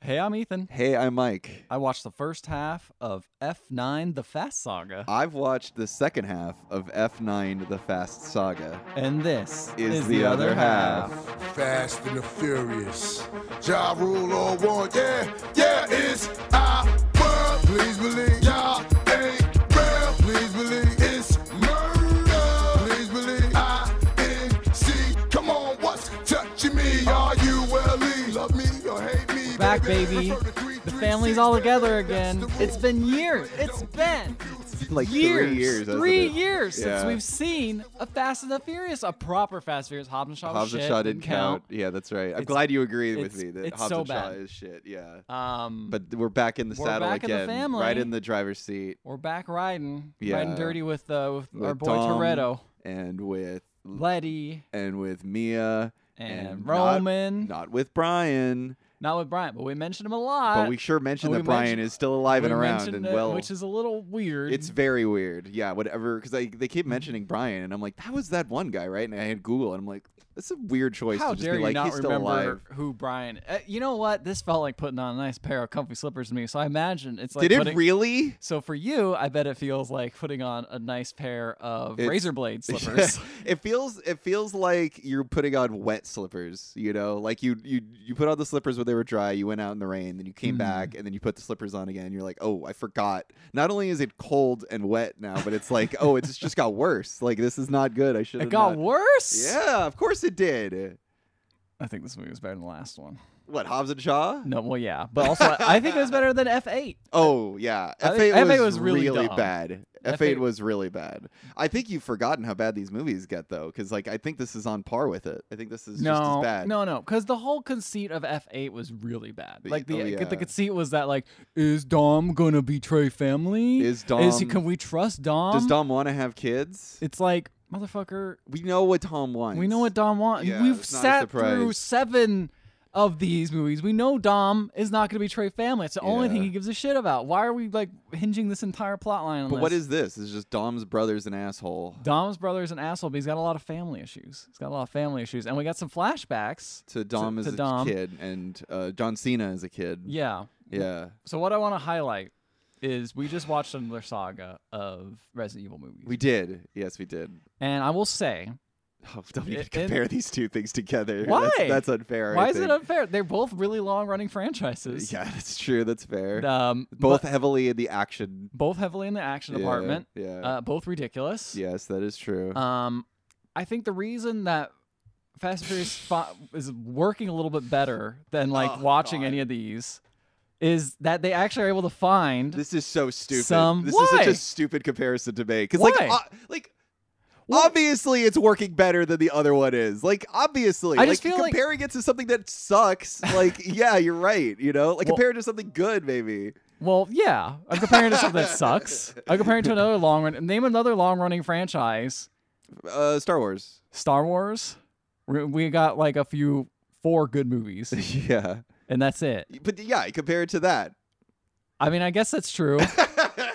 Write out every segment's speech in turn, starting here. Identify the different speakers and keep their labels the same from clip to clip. Speaker 1: Hey, I'm Ethan.
Speaker 2: Hey, I'm Mike.
Speaker 1: I watched the first half of F9 The Fast Saga,
Speaker 2: I've watched the second half of F9 The Fast Saga.
Speaker 1: and this
Speaker 2: Is, the, other half.
Speaker 3: Fast and the Furious. Ja Rule or one, yeah, yeah, it's our world. Please believe y'all ain't real. Please believe it's murder. Please believe I N C. Come on, what's touching me? Are you well? Love me or hate me?
Speaker 1: Back, baby.
Speaker 3: Refer to three,
Speaker 1: The
Speaker 3: three,
Speaker 1: family's
Speaker 3: six,
Speaker 1: all
Speaker 3: baby.
Speaker 1: together
Speaker 3: That's
Speaker 1: again.
Speaker 3: the
Speaker 1: It's
Speaker 3: rule.
Speaker 1: been years. It's been
Speaker 2: Like
Speaker 1: years.
Speaker 2: three years. hasn't
Speaker 1: Three
Speaker 2: it?
Speaker 1: years since
Speaker 2: Yeah.
Speaker 1: we've seen a Fast and the Furious, a proper Fast and Furious. Hobbs and Shaw, was
Speaker 2: Hobbs and
Speaker 1: shit,
Speaker 2: Shaw didn't count. Yeah, that's right. I'm
Speaker 1: It's-
Speaker 2: glad you agree with
Speaker 1: it's-
Speaker 2: me that
Speaker 1: it's
Speaker 2: Hobbs
Speaker 1: so
Speaker 2: and Shaw
Speaker 1: bad.
Speaker 2: is shit. Yeah.
Speaker 1: Um,
Speaker 2: But we're back in the
Speaker 1: We're
Speaker 2: saddle
Speaker 1: back in the
Speaker 2: again, right
Speaker 1: family.
Speaker 2: in the driver's seat
Speaker 1: we're back riding, riding
Speaker 2: Yeah.
Speaker 1: dirty with, uh, with, our
Speaker 2: With
Speaker 1: boy
Speaker 2: Dom.
Speaker 1: Toretto,
Speaker 2: and with
Speaker 1: Letty,
Speaker 2: and with Mia
Speaker 1: and,
Speaker 2: not-
Speaker 1: Roman.
Speaker 2: Not, with Brian,
Speaker 1: Not with Brian, but we mentioned him a lot.
Speaker 2: but we sure mentioned
Speaker 1: we
Speaker 2: that Brian
Speaker 1: mentioned-
Speaker 2: is still alive and
Speaker 1: We
Speaker 2: around
Speaker 1: mentioned
Speaker 2: and
Speaker 1: it,
Speaker 2: well.
Speaker 1: which is a little weird.
Speaker 2: it's very weird. Yeah, whatever. Because they keep mentioning Brian, and I'm like, that was that one guy, right? And I had Google, and I'm like, that's a weird choice
Speaker 1: how
Speaker 2: to just
Speaker 1: dare
Speaker 2: be
Speaker 1: you
Speaker 2: like,
Speaker 1: not
Speaker 2: he's still
Speaker 1: remember
Speaker 2: alive.
Speaker 1: who Brian? Uh, you know what? This felt like putting on a nice pair of comfy slippers to me. So I imagine it's like
Speaker 2: Did it
Speaker 1: putting-
Speaker 2: really?
Speaker 1: So for you, I bet it feels like putting on a nice pair of
Speaker 2: It's-
Speaker 1: razor blade slippers.
Speaker 2: it feels it feels like you're putting on wet slippers. You know, like you you you put on the slippers when they were dry. You went out in the rain, then you came
Speaker 1: Mm.
Speaker 2: back, and then you put the slippers on again. You're like, oh, I forgot. Not only is it cold and wet now, but it's like, oh, it's just got worse. Like this is not good. I should.
Speaker 1: it got
Speaker 2: not.
Speaker 1: worse.
Speaker 2: Yeah, of course it did.
Speaker 1: I think this movie was better than the last one.
Speaker 2: What Hobbs and Shaw?
Speaker 1: No, well, yeah, but also I I think it was better than F8.
Speaker 2: Oh yeah,
Speaker 1: I
Speaker 2: F8,
Speaker 1: think- F8
Speaker 2: was,
Speaker 1: was really
Speaker 2: really,
Speaker 1: dumb.
Speaker 2: bad. F8,
Speaker 1: F8
Speaker 2: was really bad. I think you've forgotten how bad these movies get though, because like I think this is on par with it. I think this is just as
Speaker 1: no,
Speaker 2: bad.
Speaker 1: no, no, because the whole conceit of F8 was really bad.
Speaker 2: The-
Speaker 1: Like the
Speaker 2: oh, yeah.
Speaker 1: the conceit was that like, is Dom gonna betray family?
Speaker 2: Is
Speaker 1: Is he?
Speaker 2: Dom-
Speaker 1: Can we trust
Speaker 2: Does Dom want to have kids?
Speaker 1: It's like, motherfucker,
Speaker 2: we know what Tom wants.
Speaker 1: we know what Dom wants.
Speaker 2: Yeah,
Speaker 1: We've
Speaker 2: it's not a
Speaker 1: sat through
Speaker 2: surprise.
Speaker 1: seven of these movies. We know Dom is not going to betray family. It's the only thing
Speaker 2: Yeah.
Speaker 1: he gives a shit about. Why are we like hinging this entire plot line on
Speaker 2: But
Speaker 1: this?
Speaker 2: what is this? It's just Dom's brother's an asshole
Speaker 1: Dom's brother is an asshole, but he's got a lot of family issues. He's got a lot of family issues, and we got some flashbacks.
Speaker 2: to Dom
Speaker 1: to
Speaker 2: as a
Speaker 1: Dom.
Speaker 2: kid and uh, John Cena as a kid.
Speaker 1: Yeah.
Speaker 2: Yeah.
Speaker 1: So what I want to highlight is we just watched another saga of Resident Evil movies,
Speaker 2: We did. Yes, we did.
Speaker 1: and I will say,
Speaker 2: Oh, don't even
Speaker 1: It- it-
Speaker 2: compare these two things together.
Speaker 1: Why?
Speaker 2: That's, that's unfair. I
Speaker 1: why is it
Speaker 2: think.
Speaker 1: unfair? They're both really long-running franchises.
Speaker 2: Yeah, that's true. That's fair.
Speaker 1: Um,
Speaker 2: Both
Speaker 1: but-
Speaker 2: heavily in the action
Speaker 1: both heavily in the action
Speaker 2: Yeah,
Speaker 1: department.
Speaker 2: Yeah.
Speaker 1: Uh, both ridiculous.
Speaker 2: yes, that is true.
Speaker 1: Um, I think the reason that Fast and Furious fi- is working a little bit better than like
Speaker 2: Oh,
Speaker 1: watching
Speaker 2: God.
Speaker 1: any of these is that they actually are able to find
Speaker 2: this is so stupid.
Speaker 1: some-
Speaker 2: this is such
Speaker 1: Why?
Speaker 2: a stupid comparison to make. Because like,
Speaker 1: Why?
Speaker 2: o- like
Speaker 1: Well-
Speaker 2: obviously it's working better than the other one is. Like obviously,
Speaker 1: I
Speaker 2: like
Speaker 1: just feel like-
Speaker 2: comparing it to something that sucks. Like yeah, you're right. You know, like
Speaker 1: Well-
Speaker 2: compare it to something good maybe.
Speaker 1: Well, yeah. I'm comparing it to something that sucks. I'm comparing it to another long run. Name another long running franchise.
Speaker 2: Uh, Star Wars.
Speaker 1: Star Wars. We- We got like a few four good movies,
Speaker 2: yeah,
Speaker 1: and that's it.
Speaker 2: but yeah, compare it to that.
Speaker 1: I mean, I guess that's true.
Speaker 2: I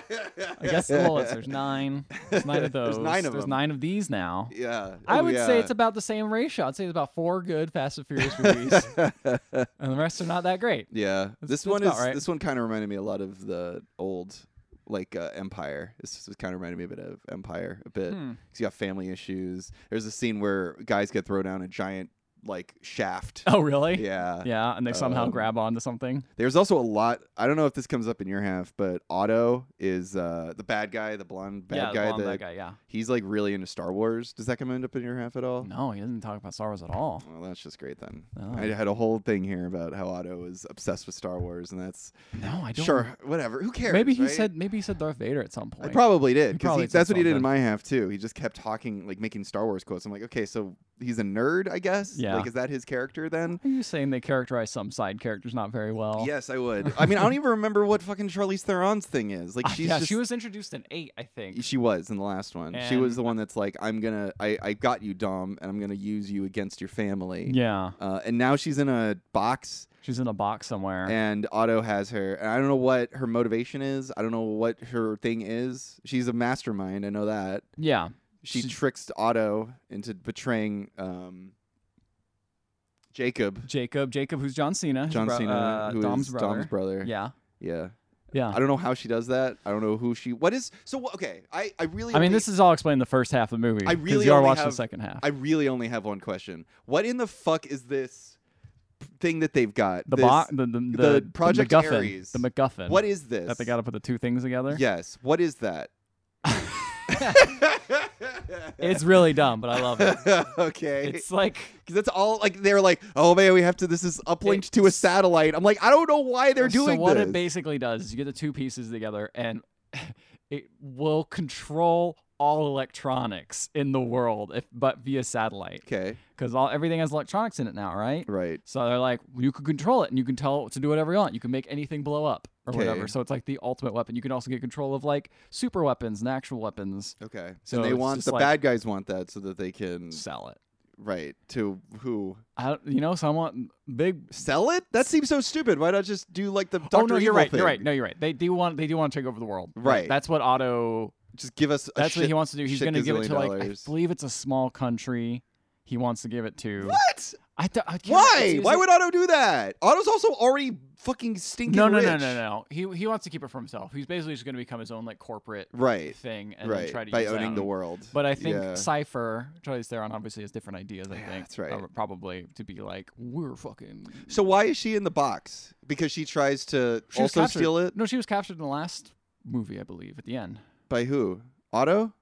Speaker 1: I guess well, it's, there's nine. There's nine of those.
Speaker 2: There's nine of
Speaker 1: There's
Speaker 2: them.
Speaker 1: nine of these now.
Speaker 2: Yeah,
Speaker 1: I
Speaker 2: Oh,
Speaker 1: would
Speaker 2: yeah.
Speaker 1: say it's about the same ratio. I'd say it's about four good Fast and Furious movies, and the rest are not that great.
Speaker 2: Yeah, this
Speaker 1: that's
Speaker 2: one is
Speaker 1: about right.
Speaker 2: this one kind of reminded me a lot of the old like uh, Empire. This kind of reminded me a bit of Empire a bit
Speaker 1: Hmm.
Speaker 2: 'Cause you got family issues. There's a scene where guys get thrown down a giant like shaft.
Speaker 1: Oh, really?
Speaker 2: Yeah.
Speaker 1: Yeah, and they somehow
Speaker 2: Um,
Speaker 1: grab onto something.
Speaker 2: There's also a lot. I don't know if this comes up in your half, but Otto is uh, the bad guy, the blonde bad
Speaker 1: yeah, the
Speaker 2: guy.
Speaker 1: blonde,
Speaker 2: that-
Speaker 1: that guy. Yeah.
Speaker 2: He's like really into Star Wars. Does that come up in your half at all?
Speaker 1: No, he doesn't talk about Star Wars at all.
Speaker 2: Well, that's just great then.
Speaker 1: Oh.
Speaker 2: I had a whole thing here about how Otto was obsessed with Star Wars, and that's
Speaker 1: No, I don't.
Speaker 2: sure, whatever. Who cares?
Speaker 1: Maybe he
Speaker 2: right?
Speaker 1: said maybe he said Darth Vader at some
Speaker 2: I
Speaker 1: point.
Speaker 2: probably
Speaker 1: He
Speaker 2: did
Speaker 1: probably
Speaker 2: because
Speaker 1: said
Speaker 2: that's what he did
Speaker 1: something.
Speaker 2: in my half too. He just kept talking, like making Star Wars quotes. I'm like, okay, so he's a nerd, I guess.
Speaker 1: Yeah.
Speaker 2: Like, is that his character then?
Speaker 1: Are you saying they characterize some side characters not very well?
Speaker 2: Yes, I would. I mean, I don't even remember what fucking Charlize Theron's thing is. Like,
Speaker 1: Ah,
Speaker 2: she's
Speaker 1: yeah,
Speaker 2: just,
Speaker 1: she was introduced in eight, I think.
Speaker 2: She was in the last one. she
Speaker 1: And-
Speaker 2: was the one that's like, I'm gonna, I, I got you, Dom, and I'm gonna use you against your family.
Speaker 1: Yeah,
Speaker 2: Uh, and now she's in a box,
Speaker 1: she's in a box somewhere.
Speaker 2: and Otto has her. And I don't know what her motivation is. I don't know what her thing is. She's a mastermind. I know that.
Speaker 1: yeah,
Speaker 2: she
Speaker 1: She-
Speaker 2: tricks Otto into betraying um, Jacob,
Speaker 1: Jacob, Jacob, who's John Cena, his
Speaker 2: John
Speaker 1: bro-
Speaker 2: Cena,
Speaker 1: uh,
Speaker 2: who is
Speaker 1: Dom's brother.
Speaker 2: Dom's brother.
Speaker 1: Yeah, Uh-huh.
Speaker 2: yeah.
Speaker 1: yeah.
Speaker 2: I don't know how she does that. I don't know who she. What is so? wh- Okay, I I really.
Speaker 1: I mean,
Speaker 2: only-
Speaker 1: this is all explained in the first half of the movie.
Speaker 2: I
Speaker 1: 'cause
Speaker 2: really
Speaker 1: you are
Speaker 2: only
Speaker 1: watching the
Speaker 2: have-
Speaker 1: second half.
Speaker 2: I really only have one question. What in the fuck is this thing that they've got?
Speaker 1: the,
Speaker 2: This-
Speaker 1: bo- the, the, the
Speaker 2: the Project
Speaker 1: MacGuffin,
Speaker 2: Ares.
Speaker 1: the MacGuffin.
Speaker 2: What is this?
Speaker 1: that they got to put the two things together?
Speaker 2: Yes. What is that?
Speaker 1: it's really dumb, but I love it.
Speaker 2: okay.
Speaker 1: It's like
Speaker 2: Because that's all. Like they're like, oh man, we have to. This is uplinked to a satellite. I'm like, I don't know why they're doing
Speaker 1: so what
Speaker 2: this.
Speaker 1: it basically does is you get the two pieces together and it will control all electronics in the world if but via satellite
Speaker 2: okay.
Speaker 1: because all everything has electronics in it now right
Speaker 2: Right.
Speaker 1: so they're like you can control it and you can tell it to do whatever you want you can make anything blow up or whatever
Speaker 2: Okay.
Speaker 1: so it's like the ultimate weapon you can also get control of like super weapons and actual weapons
Speaker 2: Okay.
Speaker 1: So
Speaker 2: So and they
Speaker 1: it's
Speaker 2: want
Speaker 1: just
Speaker 2: the
Speaker 1: like-
Speaker 2: bad guys want that so that they can
Speaker 1: sell it
Speaker 2: right to who
Speaker 1: I don't, you know someone big
Speaker 2: sell it. That seems so stupid. Why not just do like the Doctor
Speaker 1: oh no you're
Speaker 2: Evil
Speaker 1: right
Speaker 2: thing?
Speaker 1: you're right no you're right they do want they do want to take over the world
Speaker 2: Right.
Speaker 1: that's what auto
Speaker 2: Just give us. A
Speaker 1: That's what he
Speaker 2: shit-
Speaker 1: wants to do. He's
Speaker 2: shit
Speaker 1: going to give it
Speaker 2: gazillion
Speaker 1: to like
Speaker 2: dollars.
Speaker 1: I believe it's a small country. He wants to give it to.
Speaker 2: What?
Speaker 1: I th- I can't-
Speaker 2: Why?
Speaker 1: it's-
Speaker 2: Why
Speaker 1: it's-
Speaker 2: would Otto do that? Otto's also already fucking stinking
Speaker 1: no, no,
Speaker 2: rich.
Speaker 1: no, no, no, He he wants to keep it for himself. He's basically just going to become his own like corporate
Speaker 2: Right.
Speaker 1: thing and then
Speaker 2: Right.
Speaker 1: try to
Speaker 2: By
Speaker 1: use that
Speaker 2: owning the
Speaker 1: on-
Speaker 2: world.
Speaker 1: But I think
Speaker 2: Yeah.
Speaker 1: Cipher, Charlize Theron, obviously has different ideas. I think
Speaker 2: that's right.
Speaker 1: uh, probably to be like we're fucking.
Speaker 2: So why is she in the box? Because she tries to
Speaker 1: She was
Speaker 2: also
Speaker 1: captured-
Speaker 2: steal it
Speaker 1: No, she was captured in the last movie, I believe, at the end.
Speaker 2: by who? Otto?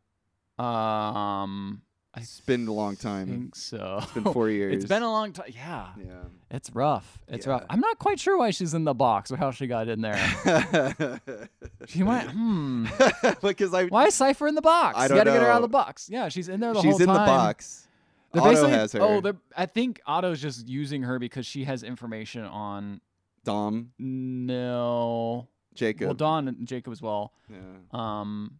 Speaker 1: Um, I
Speaker 2: It's been a long time.
Speaker 1: think so.
Speaker 2: It's been four years.
Speaker 1: Mm. It's been a long time. Yeah.
Speaker 2: yeah.
Speaker 1: It's rough. It's rough.
Speaker 2: Yeah.
Speaker 1: I'm not quite sure why she's in the box or how she got in there. She went, hmm.
Speaker 2: because I
Speaker 1: Why is Cypher in the box?
Speaker 2: I
Speaker 1: You
Speaker 2: don't
Speaker 1: gotta get her out of
Speaker 2: know.
Speaker 1: the box. Yeah, she's in there the
Speaker 2: she's
Speaker 1: whole
Speaker 2: in
Speaker 1: time.
Speaker 2: the box.
Speaker 1: They're
Speaker 2: Otto
Speaker 1: basically-
Speaker 2: has her.
Speaker 1: Oh, they're, I think Otto's just using her because she has information on.
Speaker 2: Dom,
Speaker 1: No.
Speaker 2: Jacob.
Speaker 1: Well, Dawn and Jacob as well.
Speaker 2: yeah.
Speaker 1: Um,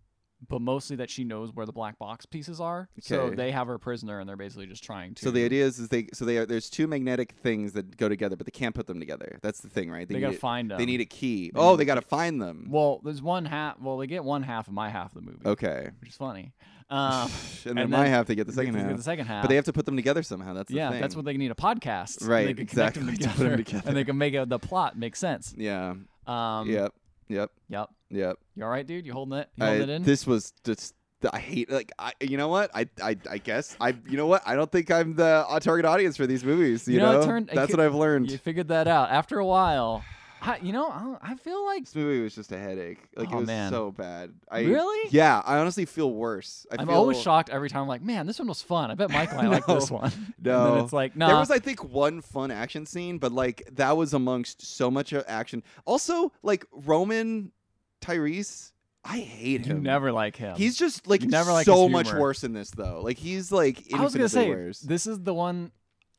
Speaker 1: but mostly that she knows where the black box pieces are. So
Speaker 2: Okay.
Speaker 1: they have her prisoner and they're basically just trying to.
Speaker 2: So the idea is, is they so they are, there's two magnetic things that go together, but they can't put them together. That's the thing, right?
Speaker 1: They,
Speaker 2: need
Speaker 1: gotta
Speaker 2: it-
Speaker 1: find them.
Speaker 2: They need a key.
Speaker 1: They
Speaker 2: oh,
Speaker 1: need
Speaker 2: they
Speaker 1: a
Speaker 2: got to find them.
Speaker 1: Well, there's one half. Well, they get one half of my half of the movie,
Speaker 2: okay.
Speaker 1: which is funny. Um,
Speaker 2: and then
Speaker 1: and
Speaker 2: my
Speaker 1: then
Speaker 2: half they get the second
Speaker 1: Because they
Speaker 2: half.
Speaker 1: get The second half.
Speaker 2: But they have to put them together somehow. That's the
Speaker 1: yeah,
Speaker 2: thing.
Speaker 1: that's what they need a podcast. and
Speaker 2: Right,
Speaker 1: They can connect 'em
Speaker 2: exactly, to put 'em
Speaker 1: together,
Speaker 2: together.
Speaker 1: And they can make out the plot make sense.
Speaker 2: Yeah.
Speaker 1: Um,
Speaker 2: yep. Yep.
Speaker 1: Yep.
Speaker 2: Yep.
Speaker 1: You all right, dude? You holding it? You
Speaker 2: I,
Speaker 1: holding it in?
Speaker 2: this was just. I hate like I. You know what? I, I I guess I. You know what? I don't think I'm the uh, target audience for these movies. You,
Speaker 1: You know, it turned- it
Speaker 2: that's
Speaker 1: could-
Speaker 2: what I've learned.
Speaker 1: you figured that out after a while. I, you know, I, don't- I feel like
Speaker 2: This movie was just a headache. Like it
Speaker 1: Oh,
Speaker 2: was
Speaker 1: man.
Speaker 2: so bad. I,
Speaker 1: Really?
Speaker 2: Yeah. I honestly feel worse. I
Speaker 1: I'm
Speaker 2: feel,
Speaker 1: always shocked every time. I'm like, man, this one was fun. I bet Michael and I like this
Speaker 2: No,
Speaker 1: one. and
Speaker 2: no.
Speaker 1: then it's like,
Speaker 2: There
Speaker 1: nah.
Speaker 2: was, I think, one fun action scene, but like that was amongst so much uh, action. Also, like Roman Tyrese, I hate
Speaker 1: you
Speaker 2: him.
Speaker 1: never like him.
Speaker 2: He's just like
Speaker 1: You never like
Speaker 2: so
Speaker 1: his
Speaker 2: much
Speaker 1: humor.
Speaker 2: worse in this though. Like he's like infinitely
Speaker 1: I was gonna say
Speaker 2: worse.
Speaker 1: this is the one.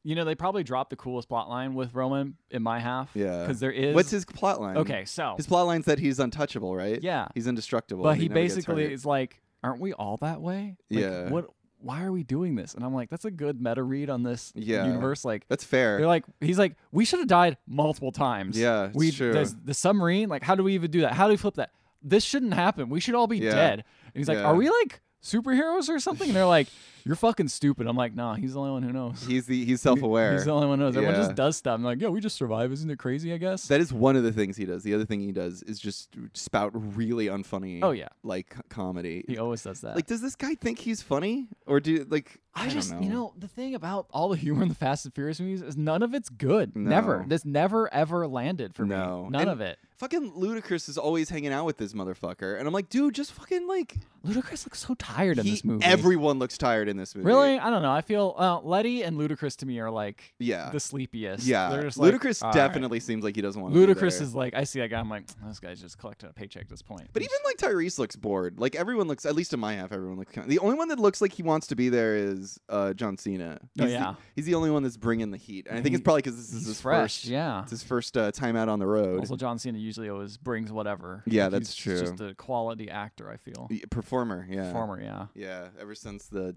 Speaker 1: You know, they probably dropped the coolest plot line with Roman in my half.
Speaker 2: Yeah.
Speaker 1: Because there is.
Speaker 2: What's his plot line?
Speaker 1: Okay, so
Speaker 2: His plot line's that he's untouchable, right?
Speaker 1: yeah.
Speaker 2: He's indestructible.
Speaker 1: but
Speaker 2: and
Speaker 1: he
Speaker 2: never gets
Speaker 1: basically
Speaker 2: hurt.
Speaker 1: is like, "Aren't we all that way? Like,
Speaker 2: Yeah.
Speaker 1: What? Why are we doing this?" And I'm like, "That's a good meta read on this
Speaker 2: Yeah.
Speaker 1: universe." Like,
Speaker 2: That's fair.
Speaker 1: they're like, he's like, "We should have died multiple times."
Speaker 2: Yeah, it's
Speaker 1: we
Speaker 2: true.
Speaker 1: there's the submarine. Like, how do we even do that? How do we flip that? This shouldn't happen. We should all be
Speaker 2: Yeah.
Speaker 1: dead. And he's like,
Speaker 2: Yeah.
Speaker 1: "Are we like superheroes or something?" And they're like, "You're fucking stupid." I'm like, "Nah, he's the only one who knows."
Speaker 2: he's the he's self aware.
Speaker 1: He's the only one who knows. Everyone
Speaker 2: Yeah.
Speaker 1: just does stuff. I'm like, "Yo, we just survive. Isn't it crazy?" I guess.
Speaker 2: That is one of the things he does. The other thing he does is just spout really unfunny.
Speaker 1: Oh, yeah.
Speaker 2: like comedy.
Speaker 1: he always does that.
Speaker 2: like, does this guy think he's funny, or do like
Speaker 1: I,
Speaker 2: don't
Speaker 1: just,
Speaker 2: know.
Speaker 1: you know, the thing about all the humor in the Fast and Furious movies is none of it's good. Never.
Speaker 2: No.
Speaker 1: This never ever landed for
Speaker 2: No.
Speaker 1: me. None
Speaker 2: And-
Speaker 1: of it.
Speaker 2: fucking Ludacris is always hanging out with this motherfucker, and I'm like, dude, just fucking like
Speaker 1: Ludacris looks so tired in
Speaker 2: he-
Speaker 1: this movie.
Speaker 2: everyone looks tired in this movie.
Speaker 1: really? I don't know. I feel uh, Letty and Ludacris to me are like
Speaker 2: Yeah.
Speaker 1: the sleepiest.
Speaker 2: yeah.
Speaker 1: They're just like,
Speaker 2: Ludacris
Speaker 1: "All right."
Speaker 2: definitely seems like he doesn't want. be
Speaker 1: Ludacris
Speaker 2: there.
Speaker 1: is like, I see that guy. I'm like, this guy's just collecting a paycheck at this point.
Speaker 2: But even like Tyrese looks bored. Like everyone looks, at least in my half, everyone looks. Kind of, the only one that looks like he wants to be there is uh, John Cena.
Speaker 1: Oh,
Speaker 2: He's
Speaker 1: yeah.
Speaker 2: the, he's the only one that's bringing the heat, and I think it's
Speaker 1: He-
Speaker 2: probably because this
Speaker 1: he's
Speaker 2: is his
Speaker 1: fresh.
Speaker 2: first.
Speaker 1: yeah.
Speaker 2: It's his first uh, time out on the road.
Speaker 1: Also, John Cena usually always brings whatever.
Speaker 2: Yeah,
Speaker 1: Like,
Speaker 2: that's
Speaker 1: he's
Speaker 2: true.
Speaker 1: Just a quality actor, I feel.
Speaker 2: Y- Performer, yeah,
Speaker 1: Former, yeah.
Speaker 2: yeah. Ever since the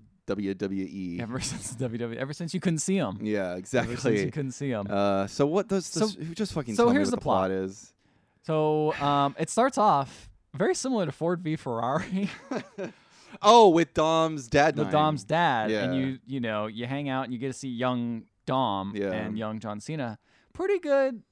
Speaker 2: WWE,
Speaker 1: Ever since WWE, ever since you couldn't see him.
Speaker 2: yeah,
Speaker 1: Ever since you
Speaker 2: exactly.
Speaker 1: couldn't see him.
Speaker 2: Uh, so what does
Speaker 1: So-
Speaker 2: this, who just fucking
Speaker 1: so
Speaker 2: tell me
Speaker 1: here's
Speaker 2: what
Speaker 1: the
Speaker 2: the
Speaker 1: plot.
Speaker 2: plot, is?
Speaker 1: So um, it starts off very similar to Ford v Ferrari
Speaker 2: Oh, with Dom's dad,
Speaker 1: with Dom's dad,
Speaker 2: Yeah.
Speaker 1: and you you know you hang out and you get to see young Dom
Speaker 2: Yeah.
Speaker 1: and young John Cena. Pretty good,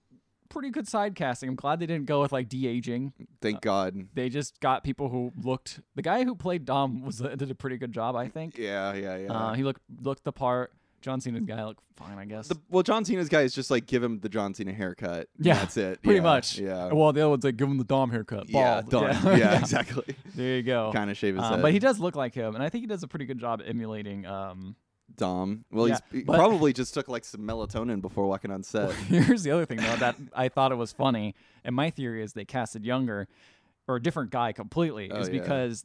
Speaker 1: pretty good side casting. I'm glad they didn't go with like de aging.
Speaker 2: Thank
Speaker 1: uh,
Speaker 2: God.
Speaker 1: They just got people who looked. The guy who played Dom was did a pretty good job, I think.
Speaker 2: Yeah, yeah, yeah.
Speaker 1: Uh, he looked looked the part. John Cena's guy looked fine, I guess.
Speaker 2: the, well, John Cena's guy is just like give him the John Cena haircut. and
Speaker 1: Yeah,
Speaker 2: that's it.
Speaker 1: pretty
Speaker 2: Yeah,
Speaker 1: much.
Speaker 2: Yeah,
Speaker 1: Well, the other one's like give him the Dom haircut.
Speaker 2: yeah,
Speaker 1: bald.
Speaker 2: done. Yeah, exactly.
Speaker 1: There you go.
Speaker 2: kind of shave his
Speaker 1: Um,
Speaker 2: head.
Speaker 1: but he does look like him, and I think he does a pretty good job emulating. Um,
Speaker 2: Dom. Well,
Speaker 1: Yeah,
Speaker 2: he's, he
Speaker 1: but-
Speaker 2: probably just took like some melatonin before walking on set.
Speaker 1: here's the other thing though that I thought it was funny, and my theory is they casted younger or a different guy completely
Speaker 2: Oh,
Speaker 1: is
Speaker 2: yeah.
Speaker 1: because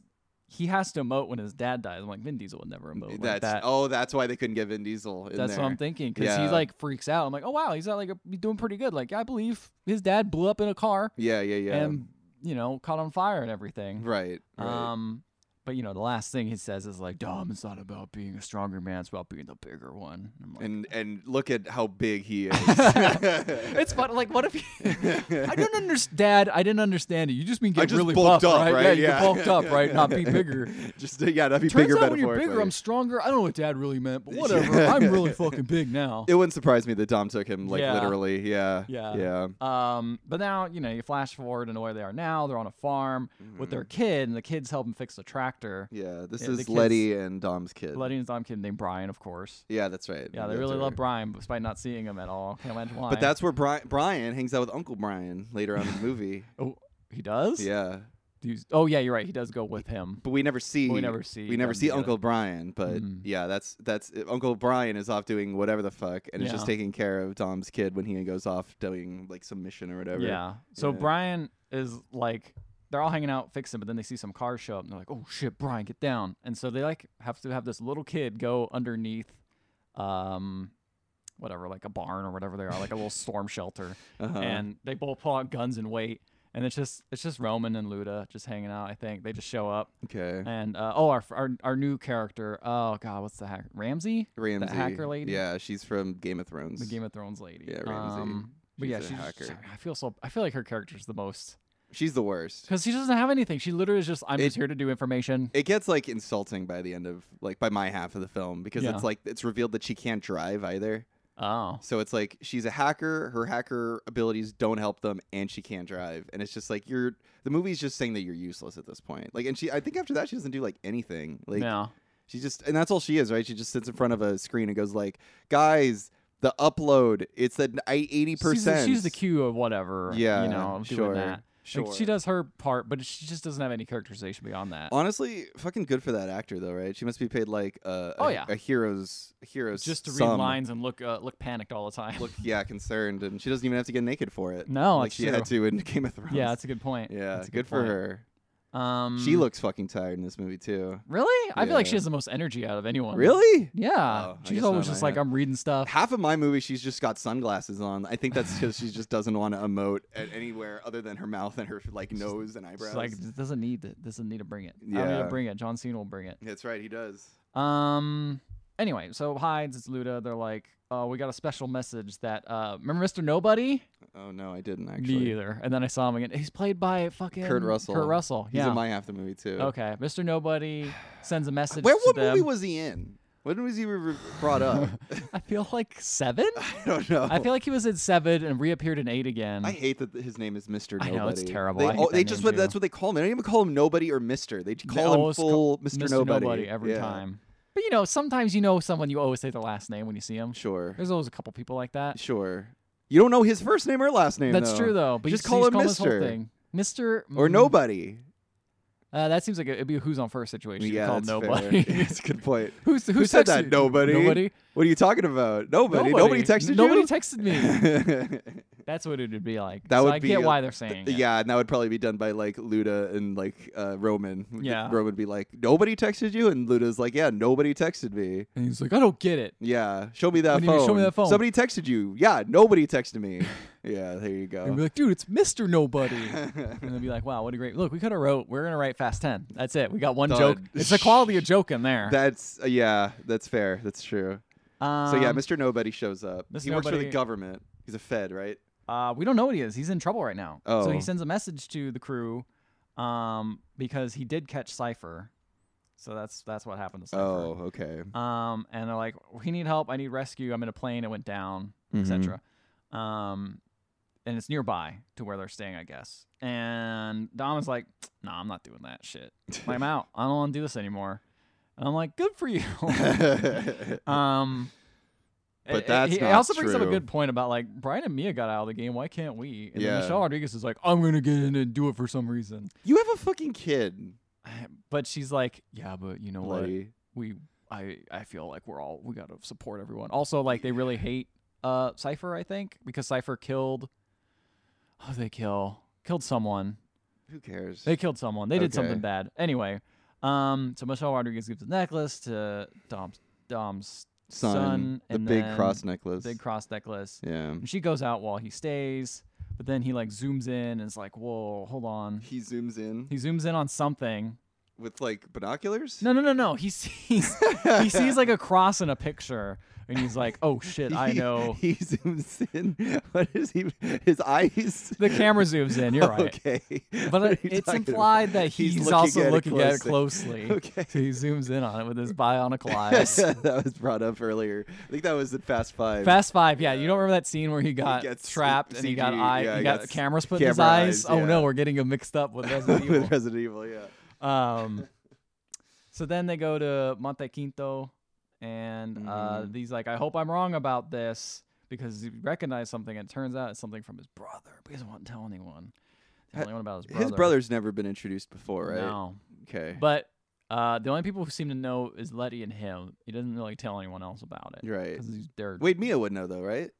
Speaker 1: he has to emote when his dad dies. I'm like Vin Diesel would never emote
Speaker 2: that's
Speaker 1: like that.
Speaker 2: oh, that's why they couldn't get Vin Diesel. In
Speaker 1: That's
Speaker 2: there.
Speaker 1: what I'm thinking because he
Speaker 2: Yeah.
Speaker 1: like freaks out. I'm like, oh wow, he's not like a, he's doing pretty good. Like I believe his dad blew up in a car
Speaker 2: Yeah, yeah, yeah.
Speaker 1: and you know caught on fire and everything.
Speaker 2: right. right.
Speaker 1: Um, but you know the last thing he says is like, "Dom, it's not about being a stronger man; it's about being the bigger one." And I'm like,
Speaker 2: and and look at how big he is.
Speaker 1: It's fun. Like, what if you, I don't understand, Dad? I didn't understand it. You just mean get
Speaker 2: just
Speaker 1: really
Speaker 2: bulked
Speaker 1: buffed,
Speaker 2: up,
Speaker 1: right?
Speaker 2: right?
Speaker 1: Yeah, you
Speaker 2: Yeah.
Speaker 1: get bulked up, right? Not be bigger.
Speaker 2: just yeah, that'd be
Speaker 1: Turns
Speaker 2: bigger
Speaker 1: out when you're bigger,
Speaker 2: metaphorically.
Speaker 1: I'm stronger. I don't know what Dad really meant, but whatever.
Speaker 2: Yeah.
Speaker 1: I'm really fucking big now.
Speaker 2: It wouldn't surprise me that Dom took him like
Speaker 1: Yeah.
Speaker 2: literally. Yeah.
Speaker 1: Yeah.
Speaker 2: Yeah.
Speaker 1: Um, but now you know you flash forward into where they are now. They're on a farm with their kid, and the kid's helping fix the tractor.
Speaker 2: Mm-hmm. Yeah. This
Speaker 1: Yeah, the
Speaker 2: is
Speaker 1: kids-
Speaker 2: Letty and Dom's kid.
Speaker 1: Letty and his mom kid named Brian, of course.
Speaker 2: Yeah, that's right.
Speaker 1: Yeah, they
Speaker 2: That's
Speaker 1: really love
Speaker 2: right.
Speaker 1: Brian, despite not seeing him at all. Can't imagine why.
Speaker 2: But that's where Brian, Brian hangs out with Uncle Brian later on in the movie.
Speaker 1: oh, he does.
Speaker 2: yeah.
Speaker 1: Do you- oh yeah, you're right. He does go with him.
Speaker 2: But we never see
Speaker 1: We never see
Speaker 2: we never
Speaker 1: them
Speaker 2: see
Speaker 1: together.
Speaker 2: Uncle Brian, but
Speaker 1: Mm.
Speaker 2: yeah, that's that's uh, Uncle Brian is off doing whatever the fuck and is
Speaker 1: Yeah.
Speaker 2: just taking care of Dom's kid when he goes off doing like some mission or whatever.
Speaker 1: Yeah. So
Speaker 2: Yeah.
Speaker 1: Brian is like they're all hanging out fixing, but then they see some cars show up and they're like, "Oh shit, Brian, get down!" And so they like have to have this little kid go underneath, um, whatever, like a barn or whatever they are, like a little storm shelter,
Speaker 2: Uh-huh.
Speaker 1: and they both pull out guns and wait. And it's just it's just Roman and Luda just hanging out. I think they just show up
Speaker 2: Okay.
Speaker 1: and uh, oh our, our our new character oh god what's the hack Ramsey
Speaker 2: Ramsey.
Speaker 1: the hacker lady
Speaker 2: Yeah, she's from Game of Thrones.
Speaker 1: the Game of Thrones lady
Speaker 2: Yeah, Ramsey.
Speaker 1: um, but yeah
Speaker 2: She's a
Speaker 1: she's just-
Speaker 2: hacker.
Speaker 1: I feel so I feel like her character's the most
Speaker 2: she's the worst.
Speaker 1: because she doesn't have anything. She literally is just, I'm just here to do information.
Speaker 2: It gets like insulting by the end of like by my half of the film because
Speaker 1: Yeah.
Speaker 2: it's like it's revealed that she can't drive either.
Speaker 1: Oh.
Speaker 2: So it's like she's a hacker, her hacker abilities don't help them, and she can't drive. And it's just like you're the movie's just saying that you're useless at this point. Like and she I think after that she doesn't do like anything. Like
Speaker 1: yeah.
Speaker 2: she just and that's all she is, right? She just sits in front of a screen and goes like, Guys, the upload, it's at eighty
Speaker 1: She's the,
Speaker 2: percent.
Speaker 1: she's the Q of whatever.
Speaker 2: Yeah,
Speaker 1: You know, of doing
Speaker 2: sure,
Speaker 1: that. Like, she
Speaker 2: sure. Oh,
Speaker 1: does her part, but she just doesn't have any characterization beyond that.
Speaker 2: Honestly, fucking good for that actor though, right? She must be paid like a,
Speaker 1: Oh,
Speaker 2: a-
Speaker 1: yeah.
Speaker 2: a hero's a hero's
Speaker 1: just to read
Speaker 2: sum.
Speaker 1: lines and look uh, look panicked all the time.
Speaker 2: Look, yeah, concerned, and she doesn't even have to get naked for it.
Speaker 1: No,
Speaker 2: like
Speaker 1: that's
Speaker 2: she had to in Game of Thrones.
Speaker 1: yeah, that's a good point.
Speaker 2: yeah,
Speaker 1: That's a
Speaker 2: good, for
Speaker 1: point.
Speaker 2: her.
Speaker 1: Um,
Speaker 2: She looks fucking tired in this movie too.
Speaker 1: Really? I feel like
Speaker 2: Yeah.
Speaker 1: she has the most energy out of anyone.
Speaker 2: Really?
Speaker 1: Yeah.
Speaker 2: Oh, I guess
Speaker 1: she's
Speaker 2: not
Speaker 1: always
Speaker 2: my
Speaker 1: just like,
Speaker 2: hat.
Speaker 1: I'm reading stuff.
Speaker 2: Half of my movie, she's just got sunglasses on. I think that's because she just doesn't want to emote at anywhere other than her mouth and her like nose and eyebrows.
Speaker 1: She's like, "This doesn't need it. Doesn't need to bring it. I don't need
Speaker 2: Yeah.
Speaker 1: to bring it. John Cena will bring it.
Speaker 2: that's right, he does.
Speaker 1: Um. Anyway, so hides. It's Luda. They're like, "Oh, we got a special message that uh, remember Mr. Nobody?
Speaker 2: Oh no, I didn't actually.
Speaker 1: Me either." And then I saw him again. He's played by fucking
Speaker 2: Kurt Russell.
Speaker 1: Kurt Russell.
Speaker 2: He's
Speaker 1: yeah.
Speaker 2: in my half the movie too.
Speaker 1: okay. Mr. Nobody sends a message.
Speaker 2: Where
Speaker 1: to
Speaker 2: what
Speaker 1: them.
Speaker 2: movie was he in? When was he re- brought up?
Speaker 1: I feel like seven.
Speaker 2: I don't know.
Speaker 1: I feel like he was in seven and reappeared in eight again.
Speaker 2: I hate that th- his name is Mister.
Speaker 1: I
Speaker 2: Nobody.
Speaker 1: know, it's terrible.
Speaker 2: They,
Speaker 1: I hate
Speaker 2: they
Speaker 1: that
Speaker 2: just
Speaker 1: name,
Speaker 2: what, that's
Speaker 1: too.
Speaker 2: what they call him. They don't even call him Nobody or Mister. They just
Speaker 1: They
Speaker 2: call him
Speaker 1: always
Speaker 2: full
Speaker 1: call-
Speaker 2: Mister
Speaker 1: Mr.
Speaker 2: Nobody.
Speaker 1: every
Speaker 2: Yeah,
Speaker 1: time. But you know, sometimes you know someone. You always say the last name when you see them.
Speaker 2: Sure,
Speaker 1: There's always a couple people like that.
Speaker 2: sure. You don't know his first name or last name.
Speaker 1: That's true though. But
Speaker 2: just
Speaker 1: you
Speaker 2: call him
Speaker 1: This whole
Speaker 2: Mister
Speaker 1: thing. Mr.
Speaker 2: or
Speaker 1: Mm,
Speaker 2: Nobody.
Speaker 1: Uh, that seems like it- it'd be a who's on first situation. You
Speaker 2: yeah,
Speaker 1: call
Speaker 2: that's
Speaker 1: nobody.
Speaker 2: fair. That's a good point.
Speaker 1: who's who,
Speaker 2: Who said
Speaker 1: texted
Speaker 2: that?
Speaker 1: you?
Speaker 2: Nobody.
Speaker 1: Nobody.
Speaker 2: What are you talking about? Nobody. Nobody, texted
Speaker 1: Nobody
Speaker 2: you.
Speaker 1: texted me.
Speaker 2: texted.
Speaker 1: That's what it would be like.
Speaker 2: That
Speaker 1: So
Speaker 2: would
Speaker 1: I
Speaker 2: be
Speaker 1: get
Speaker 2: a-
Speaker 1: why they're saying it.
Speaker 2: Yeah, and that would probably be done by like Luda and like uh, Roman.
Speaker 1: Yeah.
Speaker 2: Roman would be like, "Nobody texted you," and Luda's like, "Yeah, nobody texted me."
Speaker 1: And he's like, I don't get it.
Speaker 2: Yeah, show me that
Speaker 1: What do you
Speaker 2: phone.
Speaker 1: mean, show me that phone?
Speaker 2: Somebody texted you. Yeah, nobody texted me. yeah, there you go.
Speaker 1: And be like, dude, it's Mr. Nobody. and they'll be like, wow, what a great look. We could have wrote, we're going to write Fast 10. That's it. We got one
Speaker 2: Done.
Speaker 1: joke. It's the quality of joke in there.
Speaker 2: that's uh, yeah, that's fair. That's true.
Speaker 1: um,
Speaker 2: So yeah, Mr. Nobody shows up.
Speaker 1: Mr.
Speaker 2: He works for
Speaker 1: Nobody-
Speaker 2: the government. He's a Fed, right?
Speaker 1: Uh, we don't know what he is. He's in trouble right now. So he
Speaker 2: Oh.
Speaker 1: sends a message to the crew um, because he did catch Cypher. So that's that's what happened to Cypher.
Speaker 2: Oh, okay.
Speaker 1: Um, and they're like, we need help. I need rescue. I'm in a plane. It went down,
Speaker 2: Mhm.
Speaker 1: etc. Um, and it's nearby to where they're staying, I guess. And Dom is like, nah, I'm not doing that shit. Like, I'm out. I don't want to do this anymore. And I'm like, good for you. um,
Speaker 2: But
Speaker 1: it- it-
Speaker 2: that's
Speaker 1: he
Speaker 2: not
Speaker 1: also brings up a
Speaker 2: true.
Speaker 1: good point about like Brian and Mia got out of the game. Why can't we? And
Speaker 2: Yeah.
Speaker 1: then Michelle Rodriguez is like, I'm gonna get in and do it for some reason.
Speaker 2: you have a fucking kid,
Speaker 1: But she's like, yeah, but you know what?
Speaker 2: bloody.
Speaker 1: we I I feel like we're all we gotta support everyone. Also, like they really hate uh Cipher, I think, because Cipher killed. Oh, they kill killed someone.
Speaker 2: Who cares?
Speaker 1: They killed someone. They did something
Speaker 2: Okay.
Speaker 1: bad. Anyway, um, so Michelle Rodriguez gives the necklace to Dom's Dom's
Speaker 2: Son,
Speaker 1: son,
Speaker 2: the
Speaker 1: and
Speaker 2: big
Speaker 1: then
Speaker 2: cross necklace.
Speaker 1: big cross necklace.
Speaker 2: yeah.
Speaker 1: And she goes out while he stays, but then he like zooms in and is like, "Whoa, hold on."
Speaker 2: He zooms in
Speaker 1: He zooms in on something.
Speaker 2: with like binoculars.
Speaker 1: No, no, no, no. He sees he sees like a cross in a picture, and he's like, "Oh shit, I
Speaker 2: He-
Speaker 1: know."
Speaker 2: He zooms in. What is he? His eyes.
Speaker 1: The camera zooms in. You're right,
Speaker 2: Okay. What
Speaker 1: but
Speaker 2: are
Speaker 1: it-
Speaker 2: you
Speaker 1: it's
Speaker 2: talking about?
Speaker 1: implied that he's, also
Speaker 2: it
Speaker 1: looking at it closely.
Speaker 2: Okay.
Speaker 1: so he zooms in on it with his bionicle eyes.
Speaker 2: that was brought up earlier. I think that was in Fast Five.
Speaker 1: Fast Five, yeah. You don't remember that scene where he got
Speaker 2: gets
Speaker 1: trapped and he got
Speaker 2: CG,
Speaker 1: eye,
Speaker 2: yeah,
Speaker 1: he
Speaker 2: he
Speaker 1: got
Speaker 2: got
Speaker 1: cameras put in his
Speaker 2: camera
Speaker 1: eyes.
Speaker 2: eyes,
Speaker 1: Oh no,
Speaker 2: yeah.
Speaker 1: we're getting him mixed up with Resident Evil.
Speaker 2: with Resident Evil. Yeah.
Speaker 1: Um, so then they go to Monte Quinto, and uh,
Speaker 2: Mhm.
Speaker 1: he's like, "I hope I'm wrong about this because he recognized something, and it turns out it's something from his brother, but he doesn't want to tell anyone. The
Speaker 2: Ha-
Speaker 1: only one about his brother.
Speaker 2: His brother's never been introduced before, right?
Speaker 1: No,
Speaker 2: Okay.
Speaker 1: but uh, the only people who seem to know is Letty and him. He doesn't really tell anyone else about it
Speaker 2: You're right.
Speaker 1: because he's they're.
Speaker 2: Wade Mia would know though, right?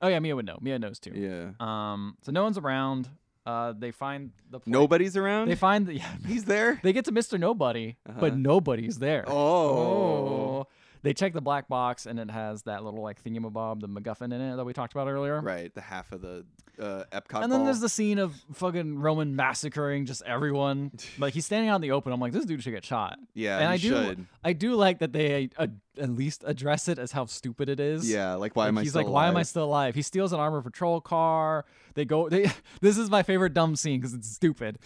Speaker 1: Oh yeah, Mia would know. Mia knows too.
Speaker 2: Yeah.
Speaker 1: Um, so no one's around. Uh, they find the pla-
Speaker 2: Nobody's around.
Speaker 1: They find the yeah.
Speaker 2: he's there.
Speaker 1: They get to Mr. Nobody, but
Speaker 2: Uh-huh.
Speaker 1: nobody's there.
Speaker 2: Oh.
Speaker 1: Oh. They check the black box and it has that little like thingamabob, the MacGuffin in it that we talked about earlier.
Speaker 2: Right. The half of the uh, Epcot.
Speaker 1: And then
Speaker 2: ball.
Speaker 1: there's the scene of fucking Roman massacring just everyone. Like he's standing out in the open. I'm like, this dude should get shot.
Speaker 2: Yeah.
Speaker 1: and I
Speaker 2: he
Speaker 1: do,
Speaker 2: should.
Speaker 1: I do like that they uh, at least address it as how stupid it is.
Speaker 2: Yeah. Like why
Speaker 1: Like,
Speaker 2: am I?
Speaker 1: he's
Speaker 2: still
Speaker 1: like, why am I
Speaker 2: alive?"
Speaker 1: still alive? He steals an armored patrol car. They go. They, this is my favorite dumb scene because it's stupid.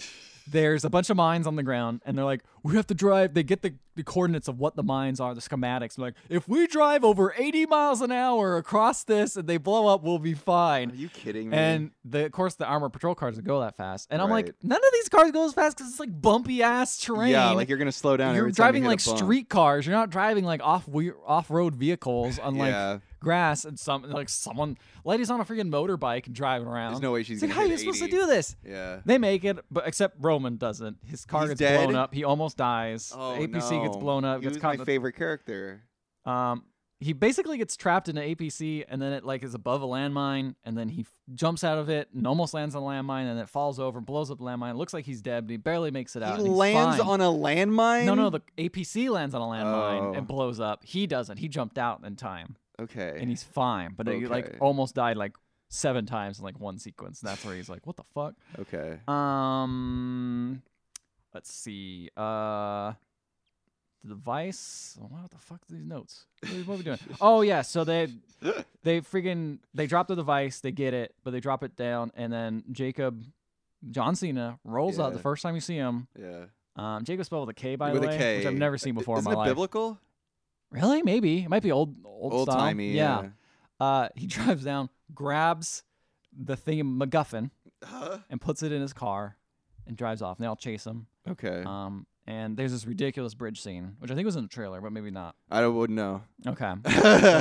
Speaker 1: There's a bunch of mines on the ground, and they're like, we have to drive. They get the, the coordinates of what the mines are, the schematics. And like, if we drive over 80 miles an hour across this and they blow up, we'll be
Speaker 2: Are
Speaker 1: fine.
Speaker 2: you kidding me?
Speaker 1: And the, of course, the armored patrol cars would go that fast. And I'm like,
Speaker 2: Right.
Speaker 1: none of these cars go as fast because it's like bumpy ass terrain.
Speaker 2: yeah, like you're gonna slow down.
Speaker 1: You're
Speaker 2: every time you
Speaker 1: driving
Speaker 2: hit a
Speaker 1: like
Speaker 2: bump.
Speaker 1: street cars. You're not driving like off we- off road vehicles on like
Speaker 2: Yeah.
Speaker 1: grass and some like someone lady's on a freaking motorbike and driving around.
Speaker 2: no way she's
Speaker 1: It's like,
Speaker 2: gonna
Speaker 1: how are
Speaker 2: hit
Speaker 1: you supposed to
Speaker 2: 80.
Speaker 1: do this?
Speaker 2: Yeah.
Speaker 1: They make it, but except Roman doesn't. His car
Speaker 2: He's
Speaker 1: gets blown
Speaker 2: dead?
Speaker 1: up. He almost dies.
Speaker 2: Oh,
Speaker 1: APC gets
Speaker 2: no.
Speaker 1: blown up.
Speaker 2: He
Speaker 1: gets
Speaker 2: was
Speaker 1: caught.
Speaker 2: my
Speaker 1: in the-
Speaker 2: favorite character.
Speaker 1: um, he basically gets trapped in an APC, and then it like is above a landmine, and then he f- jumps out of it and almost lands on a landmine, and it falls over, blows up the landmine. Looks like he's dead, but he barely makes it out.
Speaker 2: he
Speaker 1: and he's
Speaker 2: lands
Speaker 1: fine.
Speaker 2: on a landmine.
Speaker 1: No, no, the APC lands on a landmine
Speaker 2: Oh.
Speaker 1: and blows up. He doesn't. He jumped out in time
Speaker 2: okay.
Speaker 1: and he's fine, but he like
Speaker 2: Eh, Okay.
Speaker 1: almost died like seven times in like one sequence. That's where he's like, "What the fuck?"
Speaker 2: okay.
Speaker 1: Um, let's see. Uh, the device. Oh, what the fuck? Are these notes. What are, what are we doing? oh yeah. So they they freaking they drop the device. They get it, but they drop it down, and then Jacob John Cena rolls out the
Speaker 2: Yeah.
Speaker 1: first time you see him.
Speaker 2: Yeah.
Speaker 1: Um, Jacob spelled with a K by
Speaker 2: With
Speaker 1: the
Speaker 2: a
Speaker 1: way, which I've
Speaker 2: K.
Speaker 1: never seen before
Speaker 2: Isn't
Speaker 1: in my
Speaker 2: it
Speaker 1: life.
Speaker 2: biblical?
Speaker 1: Really? Maybe it might be old old,
Speaker 2: Old
Speaker 1: style.
Speaker 2: timey.
Speaker 1: yeah. Uh, he drives down, grabs the thing MacGuffin,
Speaker 2: Huh?
Speaker 1: and puts it in his car, and drives off. And they all chase him.
Speaker 2: Okay.
Speaker 1: Um, and there's this ridiculous bridge scene, which I think was in the trailer, but maybe not.
Speaker 2: I don't- wouldn't know.
Speaker 1: Okay, and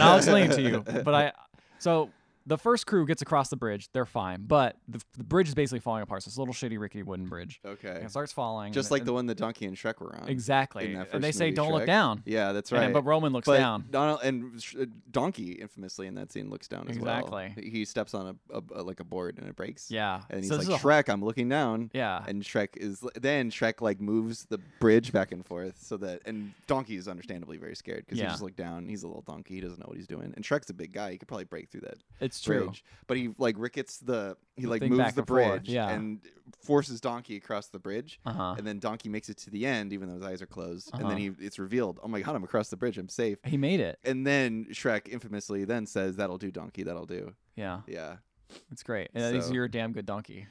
Speaker 1: I'll explain it to you. But I, so the first crew gets across the bridge, they're fine, but the, the bridge is basically falling apart. So it's a little shitty, rickety wooden bridge. And
Speaker 2: Okay.
Speaker 1: it starts falling,
Speaker 2: Just
Speaker 1: and-
Speaker 2: like the
Speaker 1: and-
Speaker 2: one that Donkey and Shrek were on.
Speaker 1: exactly.
Speaker 2: in that
Speaker 1: and they
Speaker 2: first
Speaker 1: say,
Speaker 2: movie,
Speaker 1: "Don't look
Speaker 2: Shrek."
Speaker 1: down."
Speaker 2: Yeah, that's
Speaker 1: And-
Speaker 2: right.
Speaker 1: but Roman looks
Speaker 2: But
Speaker 1: down.
Speaker 2: Donald and Sh- uh, Donkey infamously in that scene looks down as well.
Speaker 1: Exactly.
Speaker 2: He steps on a, a, a- like a board and it breaks.
Speaker 1: Yeah.
Speaker 2: And he's
Speaker 1: so this
Speaker 2: like,
Speaker 1: is a-
Speaker 2: Shrek, I'm looking down.
Speaker 1: yeah.
Speaker 2: And Shrek is then Shrek like moves the bridge back and forth so that and Donkey is understandably very scared because
Speaker 1: Yeah.
Speaker 2: he just looked down. He's a little donkey. He doesn't know what he's doing. And Shrek's a big guy. He could probably break through that
Speaker 1: It's true.
Speaker 2: bridge. But he like rickets the he
Speaker 1: The
Speaker 2: like
Speaker 1: thing back
Speaker 2: moves the
Speaker 1: and forth,
Speaker 2: bridge
Speaker 1: yeah.
Speaker 2: and forces Donkey across the bridge.
Speaker 1: Uh huh.
Speaker 2: And then Donkey makes it to the end even though his eyes are closed. And then
Speaker 1: Uh-huh.
Speaker 2: he it's revealed, Oh my god, I'm across the bridge, I'm safe.
Speaker 1: He made it.
Speaker 2: And then Shrek infamously then says, That'll do, Donkey, that'll do.
Speaker 1: Yeah,
Speaker 2: Yeah.
Speaker 1: it's great. And I think
Speaker 2: So-
Speaker 1: you're a damn good donkey.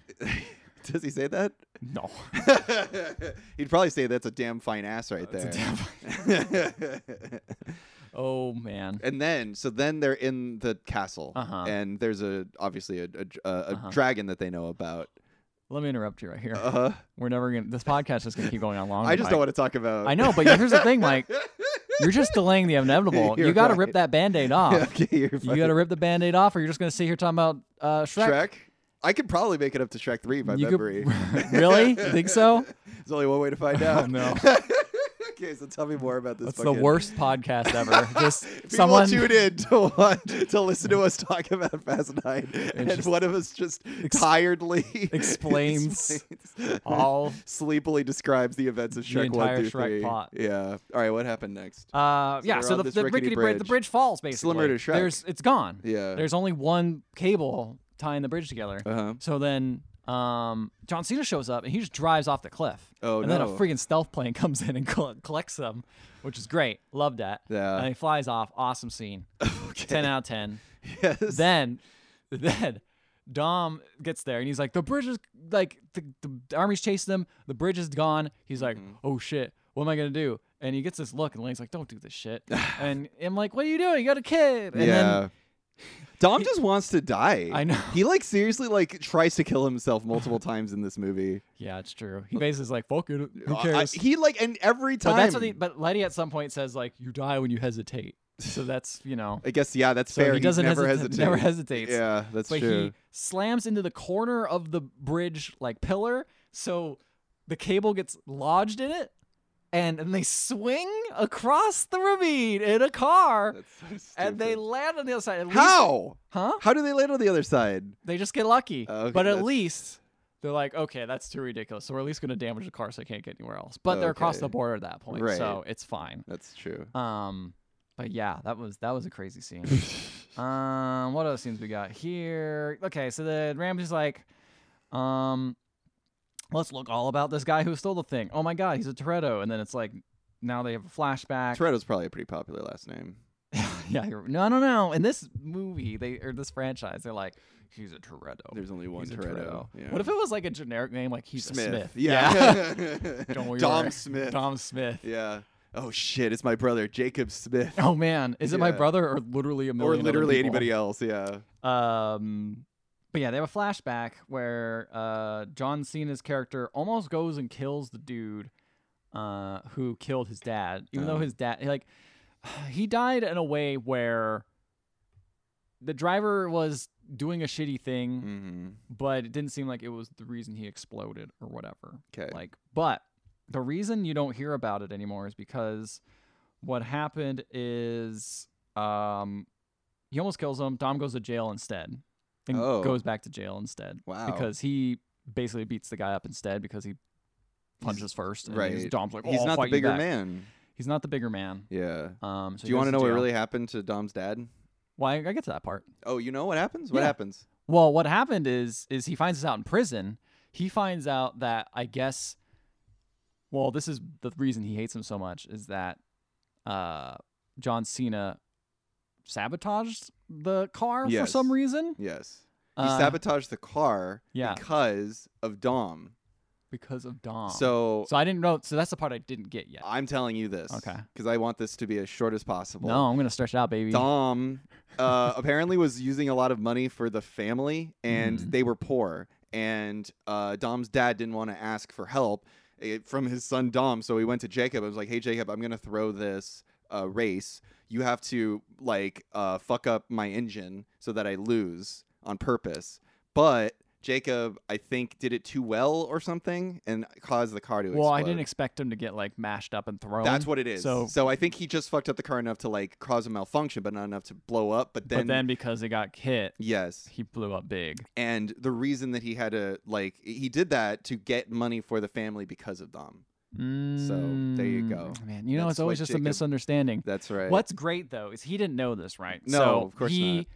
Speaker 2: Does he say that?
Speaker 1: No.
Speaker 2: He'd probably say that's a damn fine ass right
Speaker 1: It's a
Speaker 2: there.
Speaker 1: damn- oh man.
Speaker 2: and then, so then they're in the castle,
Speaker 1: Uh-huh.
Speaker 2: and there's a obviously a a, dr- a, a
Speaker 1: Uh-huh.
Speaker 2: dragon that they know about.
Speaker 1: Let me interrupt you right here.
Speaker 2: Uh-huh.
Speaker 1: We're never gonna. This podcast is gonna keep going on longer.
Speaker 2: I just don't
Speaker 1: Mike.
Speaker 2: want to talk about.
Speaker 1: Oh I know, but here's the thing, Mike. You're just delaying the inevitable.
Speaker 2: You're
Speaker 1: you got to
Speaker 2: right.
Speaker 1: rip that Band-Aid off.
Speaker 2: okay, you're
Speaker 1: You got to
Speaker 2: fucking-
Speaker 1: rip the Band-Aid off, or you're just gonna sit here talking about uh, Shrek.
Speaker 2: Shrek. I could probably make it up to Shrek three by
Speaker 1: You could-
Speaker 2: memory.
Speaker 1: really? You think so?
Speaker 2: There's only one way to find out.
Speaker 1: no.
Speaker 2: okay, so tell me more about this.
Speaker 1: That's the
Speaker 2: fucking-
Speaker 1: worst podcast ever. Just
Speaker 2: People
Speaker 1: someone
Speaker 2: tune in to watch, to listen to us talk about Fast Nine, and
Speaker 1: just
Speaker 2: one of us just
Speaker 1: ex-
Speaker 2: tiredly
Speaker 1: explains
Speaker 2: explains-
Speaker 1: all.
Speaker 2: sleepily describes the events of
Speaker 1: The
Speaker 2: Shrek one
Speaker 1: entire
Speaker 2: through
Speaker 1: Shrek
Speaker 2: three.
Speaker 1: plot.
Speaker 2: Yeah. All right. What happened next?
Speaker 1: Uh, yeah,
Speaker 2: they're
Speaker 1: so
Speaker 2: on
Speaker 1: the,
Speaker 2: this
Speaker 1: the rickety,
Speaker 2: rickety
Speaker 1: bridge. the
Speaker 2: bridge.
Speaker 1: bridge falls basically.
Speaker 2: Slimmer to Shrek.
Speaker 1: There's, it's gone.
Speaker 2: Yeah.
Speaker 1: There's only one cable tying the bridge together.
Speaker 2: Uh-huh.
Speaker 1: So then um, John Cena shows up and he just drives off the cliff.
Speaker 2: Oh,
Speaker 1: and then
Speaker 2: no.
Speaker 1: a freaking stealth plane comes in and col- collects them, which is great. Love that.
Speaker 2: Yeah.
Speaker 1: And he flies off. Awesome scene.
Speaker 2: Okay.
Speaker 1: 10 out of 10.
Speaker 2: Yes.
Speaker 1: then, then Dom gets there and he's like, the bridge is like the, the army's chasing them. The bridge is gone. He's like,
Speaker 2: Mm-hmm.
Speaker 1: oh shit, what am I gonna do? And he gets this look and Lane's like, don't do this shit. and I'm like, what are you doing? You got a kid. And
Speaker 2: yeah.
Speaker 1: then
Speaker 2: Dom just wants to die.
Speaker 1: I know.
Speaker 2: He like seriously like tries to kill himself multiple times in this movie. Uh,
Speaker 1: yeah, it's true. He basically is like, fuck it. Who
Speaker 2: I-
Speaker 1: cares?
Speaker 2: he like and every time.
Speaker 1: but that's what the, but Letty at some point says like, you die when you hesitate. So that's you know.
Speaker 2: I guess yeah, that's
Speaker 1: So
Speaker 2: fair.
Speaker 1: he doesn't
Speaker 2: He's never
Speaker 1: hesitate.
Speaker 2: hesitates.
Speaker 1: Never hesitates.
Speaker 2: Yeah, that's
Speaker 1: but
Speaker 2: true.
Speaker 1: he slams into the corner of the bridge like pillar so the cable gets lodged in it and, and they swing across the ravine in a car
Speaker 2: That's so
Speaker 1: and they
Speaker 2: stupid.
Speaker 1: land on the other side at least-
Speaker 2: how
Speaker 1: huh
Speaker 2: how do they land on the other side?
Speaker 1: they just get lucky
Speaker 2: Oh, okay,
Speaker 1: but at
Speaker 2: that's-
Speaker 1: least they're like okay that's too ridiculous so we're at least going to damage the car so they can't get anywhere else but they're across the
Speaker 2: Okay.
Speaker 1: border at that point
Speaker 2: Right.
Speaker 1: so it's fine
Speaker 2: That's true.
Speaker 1: um but yeah that was that was a crazy scene Um, what other scenes we got here? Okay, so the Ramsey's like, um, let's look all about this guy who stole the thing. Oh my god, he's a Toretto. And then it's like, now they have a flashback.
Speaker 2: Toretto's probably a pretty popular last name.
Speaker 1: yeah, you're, no, no, no. In this movie, they or this franchise, they're like, he's a Toretto.
Speaker 2: There's only one
Speaker 1: Oh, he's a
Speaker 2: Toretto. Yeah.
Speaker 1: What if it was like a generic name, like he's
Speaker 2: Smith?
Speaker 1: a Smith?
Speaker 2: Yeah.
Speaker 1: Don't worry,
Speaker 2: Dom
Speaker 1: about it.
Speaker 2: Smith.
Speaker 1: Dom Smith.
Speaker 2: Yeah. Oh shit! It's my brother Jacob Smith,
Speaker 1: Oh man, is it my
Speaker 2: Yeah.
Speaker 1: brother or literally a million?
Speaker 2: or
Speaker 1: other
Speaker 2: literally
Speaker 1: people?
Speaker 2: anybody else. Yeah.
Speaker 1: Um, but yeah, they have a flashback where uh, John Cena's character almost goes and kills the dude uh, who killed his dad, even
Speaker 2: Oh.
Speaker 1: though his dad, like, he died in a way where the driver was doing a shitty thing,
Speaker 2: Mm-hmm.
Speaker 1: but it didn't seem like it was the reason he exploded or whatever.
Speaker 2: Okay.
Speaker 1: Like, but the reason you don't hear about it anymore is because what happened is um, he almost kills him. Dom goes to jail instead and
Speaker 2: Oh.
Speaker 1: goes back to jail instead
Speaker 2: Wow.
Speaker 1: because he basically beats the guy up instead because he punches first. And he's-
Speaker 2: right.
Speaker 1: Dom's like,
Speaker 2: he's
Speaker 1: "Oh, I'll
Speaker 2: not
Speaker 1: fight
Speaker 2: the
Speaker 1: you
Speaker 2: bigger
Speaker 1: back."
Speaker 2: man.
Speaker 1: He's not the bigger man.
Speaker 2: Yeah.
Speaker 1: Um, so
Speaker 2: Do
Speaker 1: he
Speaker 2: you
Speaker 1: goes
Speaker 2: want to know what
Speaker 1: jail.
Speaker 2: really happened to Dom's dad?
Speaker 1: Why I get to that part.
Speaker 2: Oh, you know what happens? What
Speaker 1: Yeah.
Speaker 2: happens?
Speaker 1: Well, what happened is is he finds this out in prison. He finds out that I guess well, this is the reason he hates him so much is that uh John Cena sabotaged the car for
Speaker 2: Yes.
Speaker 1: some reason.
Speaker 2: Yes. He
Speaker 1: Uh,
Speaker 2: sabotaged the car
Speaker 1: yeah.
Speaker 2: because of Dom.
Speaker 1: because of Dom.
Speaker 2: So,
Speaker 1: so I didn't know so that's the part I didn't get yet.
Speaker 2: I'm telling you this.
Speaker 1: Okay.
Speaker 2: Because I want this to be as short as possible.
Speaker 1: no, I'm going to stretch it out, baby.
Speaker 2: Dom uh, apparently was using a lot of money for the family, and
Speaker 1: Mhm.
Speaker 2: they were poor. And uh, Dom's dad didn't want to ask for help eh, from his son Dom, so he went to Jacob. and was like, "Hey Jacob, I'm gonna throw this uh, race. You have to like uh, fuck up my engine so that I lose on purpose." But Jacob, I think, did it too well or something, and caused the car to
Speaker 1: well, I
Speaker 2: explode.
Speaker 1: didn't expect him to get like mashed up and thrown.
Speaker 2: That's what it is. So,
Speaker 1: So-
Speaker 2: I think he just fucked up the car enough to like cause a malfunction, but not enough to blow up. But
Speaker 1: but
Speaker 2: then,
Speaker 1: then because he got hit,
Speaker 2: yes,
Speaker 1: he blew up big.
Speaker 2: and the reason that he had to like he did that to get money for the family because of Dom. there you
Speaker 1: Mm,
Speaker 2: go.
Speaker 1: Man, you know,
Speaker 2: That's
Speaker 1: it's always
Speaker 2: what
Speaker 1: just a
Speaker 2: Jacob-
Speaker 1: misunderstanding.
Speaker 2: That's right.
Speaker 1: What's great though is he didn't know this, right?
Speaker 2: No,
Speaker 1: so
Speaker 2: of course
Speaker 1: he
Speaker 2: not.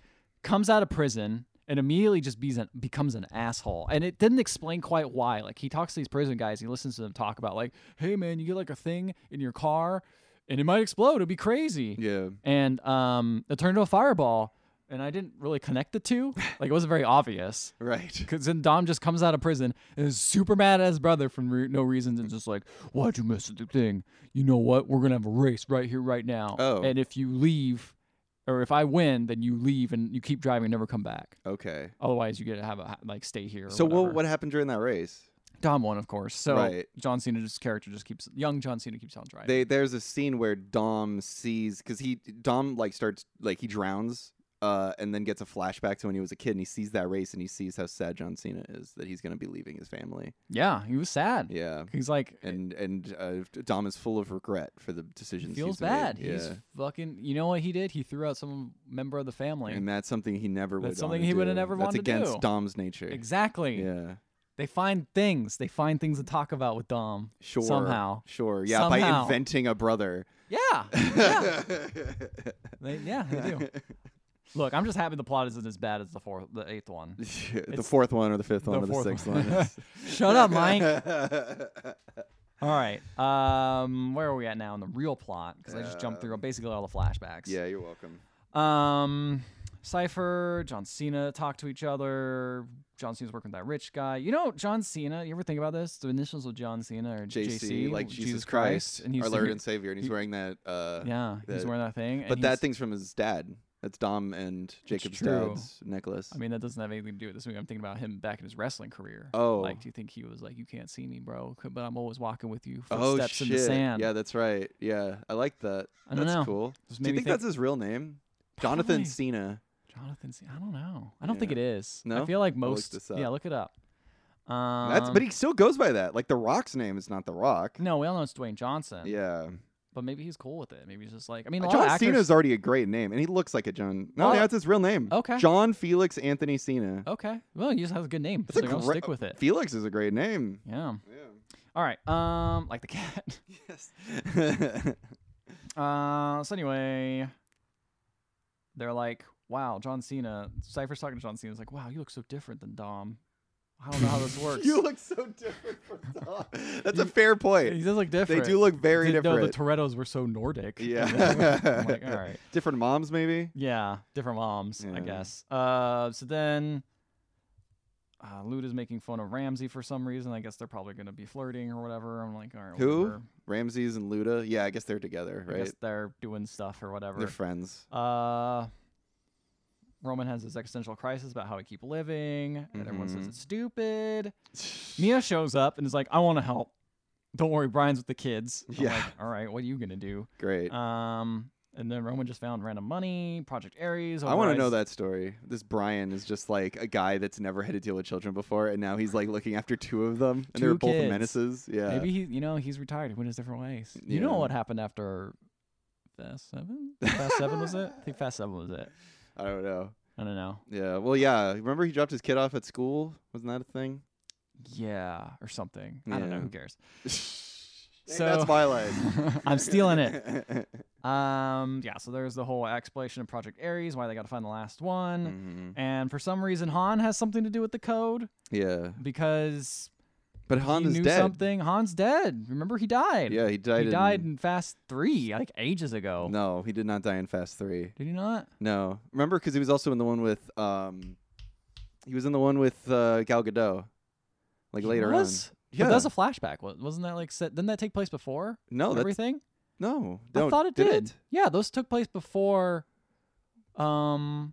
Speaker 1: comes out of prison and immediately just bees an, becomes an asshole. And it didn't explain quite why. Like he talks to these prison guys, he listens to them talk about like, "Hey man, you get like a thing in your car and it might explode. It'd be crazy."
Speaker 2: Yeah.
Speaker 1: And um it turned into a fireball. and I didn't really connect the two. Like it wasn't very obvious.
Speaker 2: Right.
Speaker 1: Because then Dom just comes out of prison and is super mad at his brother for re- no reason and just like, why'd you mess with the thing? You know what? We're going to have a race right here, right now.
Speaker 2: Oh.
Speaker 1: And if you leave, or if I win, then you leave and you keep driving and never come back.
Speaker 2: Okay.
Speaker 1: Otherwise, you get to have a, like, stay here. or
Speaker 2: So what
Speaker 1: whatever.
Speaker 2: what happened during that race?
Speaker 1: Dom won, of course. So
Speaker 2: Right.
Speaker 1: John Cena's character just keeps, young John Cena keeps on driving.
Speaker 2: They there's a scene where Dom sees because he Dom like starts like he drowns. Uh, and then gets a flashback to when he was a kid, and he sees that race, and he sees how sad John Cena is that he's going to be leaving his family.
Speaker 1: yeah, he was sad.
Speaker 2: Yeah,
Speaker 1: He's like,
Speaker 2: and and uh, Dom is full of regret for the decisions.
Speaker 1: feels
Speaker 2: he's made.
Speaker 1: bad.
Speaker 2: Yeah.
Speaker 1: He's fucking, you know what he did? He threw out some member of the family.
Speaker 2: and that's something he never would.
Speaker 1: That's something
Speaker 2: wanna
Speaker 1: he would've
Speaker 2: do.
Speaker 1: never
Speaker 2: That's
Speaker 1: wanted to
Speaker 2: against
Speaker 1: do.
Speaker 2: Dom's nature.
Speaker 1: Exactly.
Speaker 2: Yeah,
Speaker 1: They find things. They find things to talk about with Dom.
Speaker 2: sure.
Speaker 1: Somehow.
Speaker 2: sure. Yeah, by
Speaker 1: Somehow.
Speaker 2: inventing a brother.
Speaker 1: Yeah. Yeah. they, yeah, they do. Look, I'm just happy the plot isn't as bad as the fourth, the eighth one.
Speaker 2: the fourth one, or the fifth one,
Speaker 1: the
Speaker 2: or the
Speaker 1: fourth
Speaker 2: sixth
Speaker 1: one.
Speaker 2: one. It's-
Speaker 1: Shut up, Mike. All right. Um, where are we at now in the real plot? Because I just jumped through basically all the flashbacks.
Speaker 2: Um, yeah, you're welcome.
Speaker 1: Um, Cipher, John Cena talk to each other. John Cena's working with that rich guy. You know, John Cena. You ever think about this? The initials of John Cena are
Speaker 2: JC, like
Speaker 1: well,
Speaker 2: Jesus, Christ,
Speaker 1: and he's
Speaker 2: our Lord and
Speaker 1: wearing,
Speaker 2: Savior, and he's
Speaker 1: he-
Speaker 2: wearing that. Uh,
Speaker 1: yeah, he's
Speaker 2: the-
Speaker 1: wearing that thing. and
Speaker 2: but that
Speaker 1: he's-
Speaker 2: thing's from his dad. That's Dom and Jacob's
Speaker 1: true.
Speaker 2: dad's necklace.
Speaker 1: I mean, that doesn't have anything to do with this movie. I'm thinking about him back in his wrestling career.
Speaker 2: Oh.
Speaker 1: like do you think he was like, "You can't see me, bro, c- but I'm always walking with you."
Speaker 2: oh
Speaker 1: Footsteps
Speaker 2: shit!
Speaker 1: in the sand.
Speaker 2: Yeah, that's right. Yeah, I like that.
Speaker 1: I don't
Speaker 2: that's
Speaker 1: know.
Speaker 2: cool.
Speaker 1: Just
Speaker 2: Do you
Speaker 1: made me
Speaker 2: think,
Speaker 1: think-
Speaker 2: that's his real name? Jonathan
Speaker 1: Probably.
Speaker 2: Cena.
Speaker 1: Jonathan. Cena. I don't know. I don't think
Speaker 2: Yeah.
Speaker 1: it is.
Speaker 2: No?
Speaker 1: I feel like
Speaker 2: I'll look
Speaker 1: most.
Speaker 2: this
Speaker 1: Yeah,
Speaker 2: up.
Speaker 1: look it up. Um,
Speaker 2: That's but he still goes by that. Like the Rock's name is not the Rock.
Speaker 1: No, we all know it's Dwayne Johnson.
Speaker 2: Yeah,
Speaker 1: but maybe he's cool with it. Maybe he's just like, I mean, a lot
Speaker 2: John
Speaker 1: of actors.
Speaker 2: Cena's already a great name, and he looks like a John. No,
Speaker 1: Well,
Speaker 2: yeah, that's his real name.
Speaker 1: okay. Oh,
Speaker 2: John Felix Anthony Cena.
Speaker 1: okay, well, he just has a good name.
Speaker 2: That's
Speaker 1: so
Speaker 2: a
Speaker 1: they're gonna
Speaker 2: great-
Speaker 1: stick with it.
Speaker 2: Felix is a great name.
Speaker 1: Yeah.
Speaker 2: Yeah.
Speaker 1: All right. Um, like the cat.
Speaker 2: Yes.
Speaker 1: Uh, so anyway, they're like, "Wow, John Cena." Cypher's talking to John Cena's like, "Wow, you look so different than Dom. I don't know how this works.
Speaker 2: you look so different from Dom. That's a fair
Speaker 1: he
Speaker 2: point.
Speaker 1: does look
Speaker 2: They
Speaker 1: different.
Speaker 2: do look very
Speaker 1: Didn't know
Speaker 2: different.
Speaker 1: the Torettos were so Nordic.
Speaker 2: yeah.
Speaker 1: I'm like, all right.
Speaker 2: Different moms, maybe.
Speaker 1: Yeah, different moms,
Speaker 2: Yeah.
Speaker 1: I guess. Uh, so then uh, Luda's making fun of Ramsey for some reason. I guess they're probably gonna be flirting or whatever. I'm like, all right,
Speaker 2: Who?
Speaker 1: whatever.
Speaker 2: Ramses and Luda. Yeah, I guess they're together,
Speaker 1: I
Speaker 2: right?
Speaker 1: guess they're doing stuff or whatever.
Speaker 2: They're friends.
Speaker 1: Uh, Roman has this existential crisis about how we keep living, and everyone says
Speaker 2: Mhm.
Speaker 1: it's stupid. Mia shows up and is like, "I want to help. Don't worry, Brian's with the kids." I'm
Speaker 2: Yeah.
Speaker 1: like, All right, what are you gonna do?
Speaker 2: Great.
Speaker 1: Um, and then Roman just found random money, Project Aries.
Speaker 2: I want to
Speaker 1: overrides-
Speaker 2: know that story. This Brian is just like a guy that's never had to deal with children before, and now he's like looking after two of them, and they're
Speaker 1: Two
Speaker 2: both
Speaker 1: kids.
Speaker 2: menaces. Yeah.
Speaker 1: Maybe he, you know, he's retired. He went his different ways. You
Speaker 2: Yeah.
Speaker 1: know what happened after Fast Seven? Fast Seven was it? I think Fast Seven was it.
Speaker 2: I don't know.
Speaker 1: I don't know.
Speaker 2: Yeah. Well, yeah. Remember he dropped his kid off at school? Wasn't that a thing?
Speaker 1: Yeah, or something. I don't know.
Speaker 2: Yeah.
Speaker 1: Who cares?
Speaker 2: Hey,
Speaker 1: So-
Speaker 2: that's my line.
Speaker 1: I'm stealing it. Um, yeah, so there's the whole explanation of Project Ares, why they got to find the last one.
Speaker 2: Mhm.
Speaker 1: And for some reason, Han has something to do with the code
Speaker 2: Yeah.
Speaker 1: because
Speaker 2: But Han
Speaker 1: he
Speaker 2: is
Speaker 1: knew
Speaker 2: dead.
Speaker 1: something. Han's dead. Remember, he died.
Speaker 2: Yeah, he died.
Speaker 1: he died
Speaker 2: in-
Speaker 1: in Fast 3, like ages ago.
Speaker 2: No, he did not die in Fast Three.
Speaker 1: Did he not?
Speaker 2: No, remember because he was also in the one with um, he was in the one with uh, Gal Gadot, like later
Speaker 1: he was?
Speaker 2: on.
Speaker 1: But that was a flashback. wa- Wasn't that like set? Didn't that take place before
Speaker 2: No, that's,
Speaker 1: everything?
Speaker 2: no.
Speaker 1: I
Speaker 2: don't-
Speaker 1: thought it
Speaker 2: did.
Speaker 1: did. Yeah, those took place before. Um,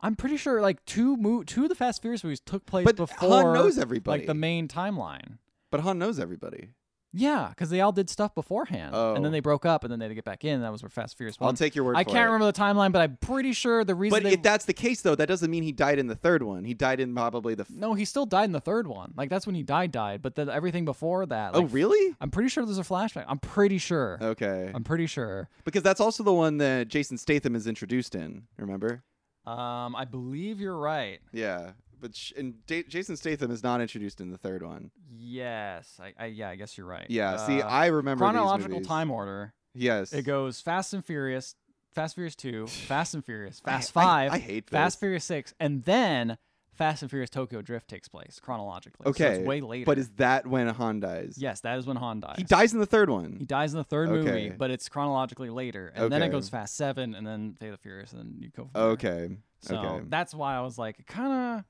Speaker 1: I'm pretty sure like two mo- two of the Fast Furious movies took place
Speaker 2: But
Speaker 1: before
Speaker 2: Han knows everybody.
Speaker 1: like the main timeline.
Speaker 2: but Han knows everybody.
Speaker 1: Yeah, because they all did stuff beforehand, and
Speaker 2: Oh.
Speaker 1: then they broke up, and then they had to get back in. That was where Fast Furious.
Speaker 2: I'll
Speaker 1: one-
Speaker 2: take your word.
Speaker 1: I
Speaker 2: for
Speaker 1: can't
Speaker 2: it.
Speaker 1: remember the timeline, but I'm pretty sure the reason
Speaker 2: But
Speaker 1: they
Speaker 2: if that's the case, though, that doesn't mean he died in the third one. He died in probably the. F-
Speaker 1: no, he still died in the third one. Like that's when he died, died. But then everything before that.
Speaker 2: oh,
Speaker 1: like,
Speaker 2: really?
Speaker 1: I'm pretty sure there's a flashback. I'm pretty sure.
Speaker 2: Okay,
Speaker 1: I'm pretty sure.
Speaker 2: because that's also the one that Jason Statham is introduced in. Remember?
Speaker 1: Um, I believe you're right.
Speaker 2: Yeah, but sh- and da- Jason Statham is not introduced in the third one.
Speaker 1: Yes, I, I yeah, I guess you're right.
Speaker 2: Yeah, see,
Speaker 1: Uh,
Speaker 2: I remember these
Speaker 1: chronological
Speaker 2: movies.
Speaker 1: time order.
Speaker 2: Yes,
Speaker 1: It goes Fast and Furious, Fast Furious Two, Fast and Furious, Fast
Speaker 2: I- I-
Speaker 1: Five.
Speaker 2: I hate
Speaker 1: Fast
Speaker 2: this.
Speaker 1: Furious Six, and then Fast and Furious Tokyo Drift takes place chronologically. so
Speaker 2: Okay,
Speaker 1: it's way later.
Speaker 2: But is that when Han dies?
Speaker 1: yes, that is when Han dies.
Speaker 2: he dies in the third one.
Speaker 1: He dies in the third
Speaker 2: Okay.
Speaker 1: movie, but it's chronologically later, and then it
Speaker 2: Okay.
Speaker 1: goes Fast Seven, and then Fate of the Furious, and then you go. From there.
Speaker 2: okay,
Speaker 1: So
Speaker 2: okay.
Speaker 1: that's why I was like, kind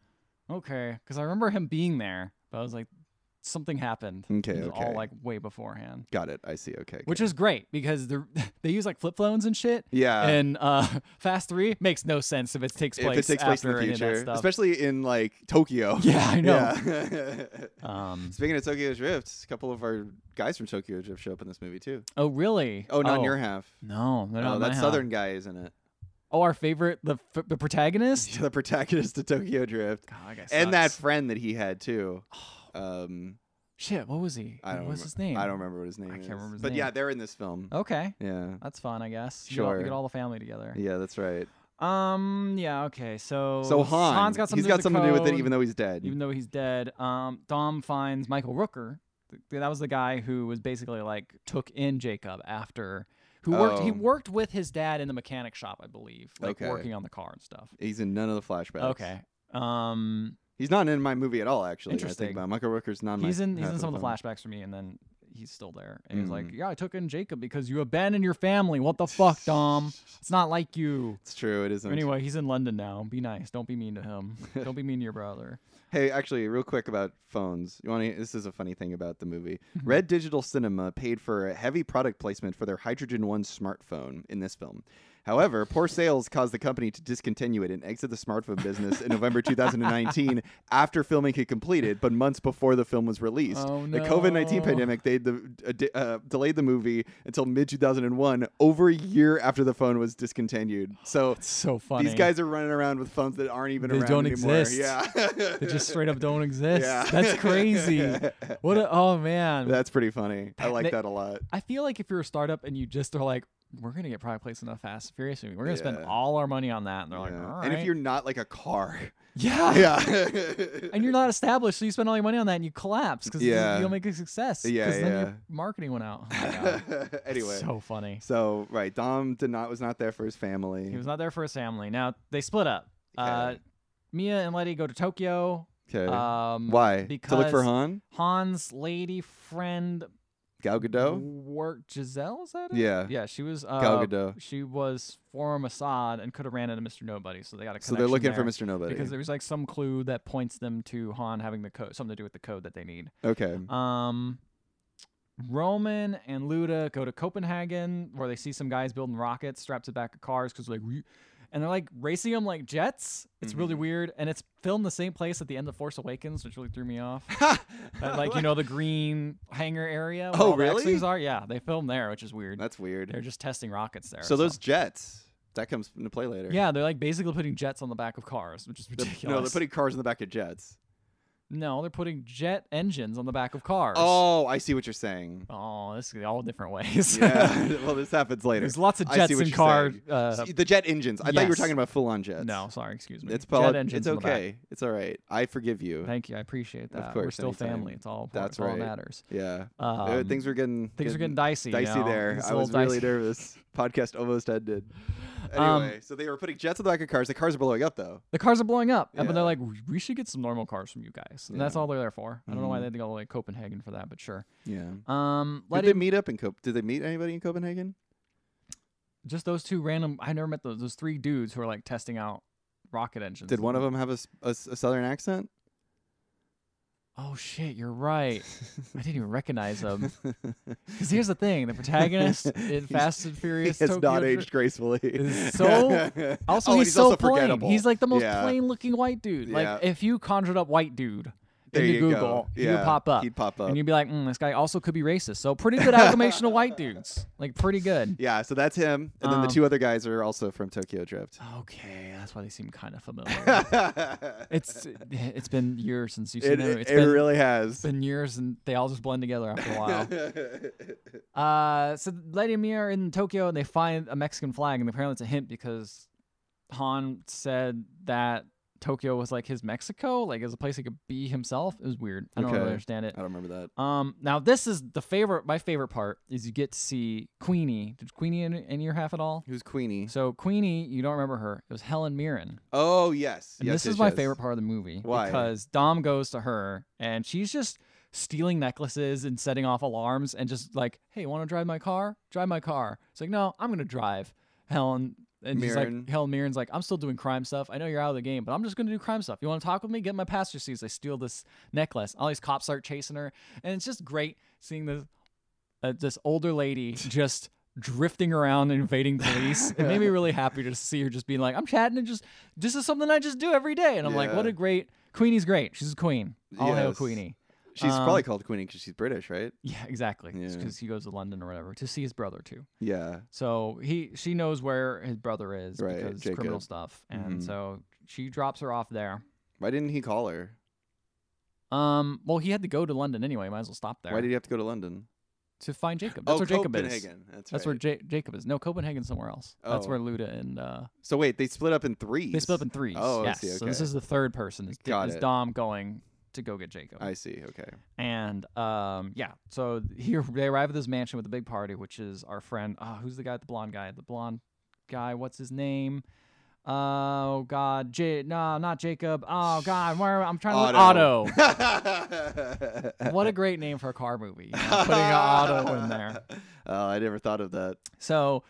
Speaker 1: of okay, because I remember him being there, but I was like, something happened.
Speaker 2: Okay,
Speaker 1: It was
Speaker 2: okay.
Speaker 1: all like way beforehand,
Speaker 2: Got it. I see. Okay,
Speaker 1: which
Speaker 2: okay.
Speaker 1: is great because they they use like flip phones and shit.
Speaker 2: yeah.
Speaker 1: and uh, Fast Three makes no sense if it takes
Speaker 2: if
Speaker 1: place
Speaker 2: it takes place in
Speaker 1: after
Speaker 2: the
Speaker 1: any of that
Speaker 2: future,
Speaker 1: stuff.
Speaker 2: especially in like Tokyo.
Speaker 1: yeah, I know.
Speaker 2: Yeah.
Speaker 1: Um,
Speaker 2: Speaking of Tokyo Drift, a couple of our guys from Tokyo Drift show up in this movie too.
Speaker 1: oh really?
Speaker 2: Oh, not in your half.
Speaker 1: No, they're not
Speaker 2: No,
Speaker 1: in my
Speaker 2: that
Speaker 1: house.
Speaker 2: southern guy is in it.
Speaker 1: Oh, our favorite, the f- the protagonist.
Speaker 2: the protagonist of Tokyo Drift,
Speaker 1: God, that guy
Speaker 2: and that
Speaker 1: sucks. Oh,
Speaker 2: friend that he had too. Um,
Speaker 1: shit. What was he?
Speaker 2: I don't.
Speaker 1: what was
Speaker 2: remem-
Speaker 1: his name?
Speaker 2: I don't remember what his name.
Speaker 1: can't
Speaker 2: is.
Speaker 1: remember his
Speaker 2: but yeah,
Speaker 1: name. Oh.
Speaker 2: they're in this film.
Speaker 1: Okay,
Speaker 2: Yeah,
Speaker 1: that's fun. I guess. You get all- you
Speaker 2: Sure.
Speaker 1: get all the family together.
Speaker 2: yeah, that's right.
Speaker 1: Um. Yeah. Okay. So.
Speaker 2: So Han,
Speaker 1: Han's got something.
Speaker 2: he's got something to do with it, even though he's dead.
Speaker 1: even though he's dead. Um. Dom finds Michael Rooker. Th- That was the guy who was basically like took in Jacob after who worked. He
Speaker 2: Oh.
Speaker 1: worked with his dad in the mechanic shop, I believe, like
Speaker 2: Okay.
Speaker 1: working on the car and stuff.
Speaker 2: he's in none of the flashbacks.
Speaker 1: Okay. Um.
Speaker 2: he's not in my movie at all. Actually, I
Speaker 1: Interesting.
Speaker 2: think about it. Michael Rooker's not.
Speaker 1: He's
Speaker 2: my
Speaker 1: in. He's
Speaker 2: half
Speaker 1: in some of the
Speaker 2: film.
Speaker 1: flashbacks for me, and then he's still there. And he's
Speaker 2: Mm.
Speaker 1: like, "Yeah, I took in Jacob because you abandoned your family. What the fuck, Dom? It's not like you."
Speaker 2: It's true. It isn't.
Speaker 1: Anyway, he's in London now. Be nice. Don't be mean to him. Don't be mean to your brother.
Speaker 2: Hey, actually, real quick about phones. You want to? This is a funny thing about the movie. Red Digital Cinema paid for a heavy product placement for their Hydrogen One smartphone in this film. However, poor sales caused the company to discontinue it and exit the smartphone business in November 2019 after filming had completed, but months before the film was released.
Speaker 1: Oh,
Speaker 2: The COVID 19
Speaker 1: no.
Speaker 2: pandemic they the, uh, di- uh, delayed the movie until mid 2001, over a year after the phone was discontinued. So.
Speaker 1: So funny.
Speaker 2: These guys are running around with phones that aren't even
Speaker 1: They
Speaker 2: around
Speaker 1: don't
Speaker 2: anymore.
Speaker 1: exist.
Speaker 2: Yeah.
Speaker 1: They just straight up don't exist.
Speaker 2: Yeah.
Speaker 1: That's crazy. What a, oh man.
Speaker 2: That's pretty funny. I like
Speaker 1: they-
Speaker 2: that a lot.
Speaker 1: I feel like if you're a startup and you just are like, we're gonna get product placed in a Fast and Furious movie. We're gonna spend
Speaker 2: Yeah.
Speaker 1: all our money on that, and they're like,
Speaker 2: Yeah.
Speaker 1: all
Speaker 2: And if
Speaker 1: right."
Speaker 2: you're not like a car,
Speaker 1: yeah.
Speaker 2: yeah,
Speaker 1: And you're not established, so you spend all your money on that and you collapse because
Speaker 2: Yeah.
Speaker 1: you don't make a success. 'cause
Speaker 2: Yeah,
Speaker 1: then
Speaker 2: yeah.
Speaker 1: your marketing went out. Oh my God.
Speaker 2: anyway, so,
Speaker 1: So funny.
Speaker 2: right, Dom did not was not there for his family.
Speaker 1: He was not there for his family. Now they split up. Uh, Mia and Letty go to Tokyo.
Speaker 2: okay,
Speaker 1: Um,
Speaker 2: why?
Speaker 1: Because
Speaker 2: to look for Han,
Speaker 1: Han's lady friend
Speaker 2: Gal Gadot.
Speaker 1: worked Giselle. Is that it?
Speaker 2: Yeah,
Speaker 1: Yeah, she was uh,
Speaker 2: Gal Gadot.
Speaker 1: She was for Mossad and could have ran into Mr. Nobody, so they got a
Speaker 2: So they're
Speaker 1: connection
Speaker 2: looking for
Speaker 1: there
Speaker 2: Mr. Nobody.
Speaker 1: because there's like some clue that points them to Han having the code, something to do with the code that they need.
Speaker 2: okay,
Speaker 1: Um, Roman and Luda go to Copenhagen where they see some guys building rockets strapped to the back of cars because like. "We-" And they're like racing them like jets. It's really
Speaker 2: Mm-hmm.
Speaker 1: weird, and it's filmed the same place at the end of Force Awakens, which really threw me off. At, like you know the green hangar area. Where
Speaker 2: Oh,
Speaker 1: all the X
Speaker 2: really?
Speaker 1: Wings are yeah, they filmed there, which is weird.
Speaker 2: that's
Speaker 1: They're
Speaker 2: weird.
Speaker 1: just testing rockets there.
Speaker 2: So those jets that comes into play later.
Speaker 1: yeah, they're like basically putting jets on the back of cars, which is
Speaker 2: They're-
Speaker 1: ridiculous.
Speaker 2: no, they're putting cars in the back of jets.
Speaker 1: No, they're putting jet engines on the back of cars.
Speaker 2: Oh, I see what you're saying.
Speaker 1: oh, this is all different ways.
Speaker 2: yeah. Well, this happens later.
Speaker 1: There's lots of
Speaker 2: I see
Speaker 1: jets
Speaker 2: what
Speaker 1: in
Speaker 2: you're
Speaker 1: car.
Speaker 2: saying.
Speaker 1: Uh,
Speaker 2: See, the jet engines. I thought you were
Speaker 1: yes.
Speaker 2: talking about full-on jets.
Speaker 1: no, sorry, excuse me.
Speaker 2: It's
Speaker 1: jet
Speaker 2: probably
Speaker 1: engines.
Speaker 2: It's
Speaker 1: on the back.
Speaker 2: okay. It's all right. I forgive you.
Speaker 1: Thank you, I appreciate that. We're
Speaker 2: course,
Speaker 1: still
Speaker 2: anytime.
Speaker 1: family. It's all important.
Speaker 2: That's
Speaker 1: It's all
Speaker 2: right.
Speaker 1: that matters.
Speaker 2: yeah.
Speaker 1: Um,
Speaker 2: Uh, things were getting
Speaker 1: things were getting dicey, you know.
Speaker 2: there.
Speaker 1: It's a
Speaker 2: I
Speaker 1: little
Speaker 2: was really
Speaker 1: dicey.
Speaker 2: nervous. Podcast almost ended.
Speaker 1: Um,
Speaker 2: Anyway, so they were putting jets on the back of cars. The cars are blowing up though.
Speaker 1: the cars are blowing up, and but
Speaker 2: Yeah.
Speaker 1: they're like, "We- we should get some normal cars from you guys, and that's all they're there for. I don't know why they had to go all the way to Copenhagen for that, but sure.
Speaker 2: Yeah.
Speaker 1: Um,
Speaker 2: Did
Speaker 1: Letty
Speaker 2: Mm-hmm. they meet up in Cop? Did they meet anybody in Copenhagen?
Speaker 1: just those two random i never met those those three dudes who are like testing out rocket engines
Speaker 2: Did one of them have a, s- a s- a southern accent?
Speaker 1: oh shit you're right i didn't even recognize them because here's the thing the protagonist in fast and
Speaker 2: he
Speaker 1: furious
Speaker 2: has
Speaker 1: Tokyo
Speaker 2: not
Speaker 1: Drift
Speaker 2: aged gracefully.
Speaker 1: is so also
Speaker 2: Oh, and
Speaker 1: he's, so
Speaker 2: also
Speaker 1: plain
Speaker 2: forgettable.
Speaker 1: he's like the most
Speaker 2: Yeah.
Speaker 1: plain looking white dude like
Speaker 2: Yeah.
Speaker 1: if you conjured up white dude
Speaker 2: There
Speaker 1: into
Speaker 2: you go.
Speaker 1: google he
Speaker 2: Yeah,
Speaker 1: would pop up
Speaker 2: he'd pop up.
Speaker 1: and you'd be like mm, this guy also could be racist so pretty good amalgamation of white dudes like pretty good
Speaker 2: Yeah, so that's him, and then the
Speaker 1: Um,
Speaker 2: two other guys are also from Tokyo Drift.
Speaker 1: okay that's why they seem kind of familiar it's eh, it's been years since you've seen
Speaker 2: it,
Speaker 1: them
Speaker 2: it,
Speaker 1: it's
Speaker 2: it
Speaker 1: been
Speaker 2: really has.
Speaker 1: been years and they all just blend together after a while. uh, so Lady and Mia are in Tokyo and they find a Mexican flag and apparently it's a hint because Han said that Tokyo was like his Mexico, like it was a place he could be himself. It was weird. I don't
Speaker 2: Okay. Uh,
Speaker 1: really understand it.
Speaker 2: I don't remember that.
Speaker 1: Um, now this is the favorite. My favorite part is you get to see Queenie. Did Queenie in, in your half at all?
Speaker 2: Who's Queenie?
Speaker 1: So Queenie, you don't remember her. It was Helen Mirren.
Speaker 2: Oh yes,
Speaker 1: And
Speaker 2: yes,
Speaker 1: this
Speaker 2: yes,
Speaker 1: is my
Speaker 2: yes.
Speaker 1: favorite part of the movie
Speaker 2: Why?
Speaker 1: because Dom goes to her and she's just stealing necklaces and setting off alarms and just like, "Hey, want to drive my car? Drive my car." It's like, "No, I'm gonna drive." Helen and she's
Speaker 2: Mirren.
Speaker 1: like, Helen Mirren's like, "I'm still doing crime stuff. I know you're out of the game, but I'm just gonna do crime stuff. You want to talk with me? Get in my passenger seats. I steal this necklace. All these cops start chasing her, and it's just great seeing this uh, this older lady just drifting around and invading police. it made me really happy to see her just being like, I'm chatting and just this is something I just do every day. And I'm like, what
Speaker 2: Yeah.
Speaker 1: a great Queenie's great. She's a queen. All hail
Speaker 2: Yes.
Speaker 1: Queenie.
Speaker 2: She's
Speaker 1: Um,
Speaker 2: probably called Queenie because she's British, right?
Speaker 1: Yeah, exactly.
Speaker 2: Yeah.
Speaker 1: Because he goes to London or whatever to see his brother too.
Speaker 2: Yeah.
Speaker 1: So he she knows where his brother is
Speaker 2: Right,
Speaker 1: because
Speaker 2: Jacob.
Speaker 1: criminal stuff. And
Speaker 2: Mhm.
Speaker 1: so she drops her off there.
Speaker 2: Why didn't he call her?
Speaker 1: Um, well, he had to go to London anyway. Might as well stop there
Speaker 2: Why did he have to go to London?
Speaker 1: to find Jacob. That's
Speaker 2: oh,
Speaker 1: where Jacob is.
Speaker 2: Copenhagen. That's,
Speaker 1: That's
Speaker 2: right.
Speaker 1: where Ja- Jacob is. No, Copenhagen's somewhere else. That's
Speaker 2: Oh.
Speaker 1: where Luda and uh,
Speaker 2: So wait, they split up in threes.
Speaker 1: They split up in threes.
Speaker 2: Oh, I
Speaker 1: yes.
Speaker 2: see,
Speaker 1: So this
Speaker 2: okay.
Speaker 1: is the third person. Is,
Speaker 2: Got
Speaker 1: is
Speaker 2: it.
Speaker 1: Dom going to go get Jacob?
Speaker 2: I see. Okay.
Speaker 1: and um, yeah. So here they arrive at this mansion with a big party, which is our friend. Oh, who's the guy? The blonde guy. The blonde guy. What's his name? Oh God, J- no, not Jacob. Oh God, where I'm trying to look- Otto.
Speaker 2: Otto.
Speaker 1: what a great name for a car movie. you know, putting Otto in there.
Speaker 2: Oh, I never thought of that.
Speaker 1: So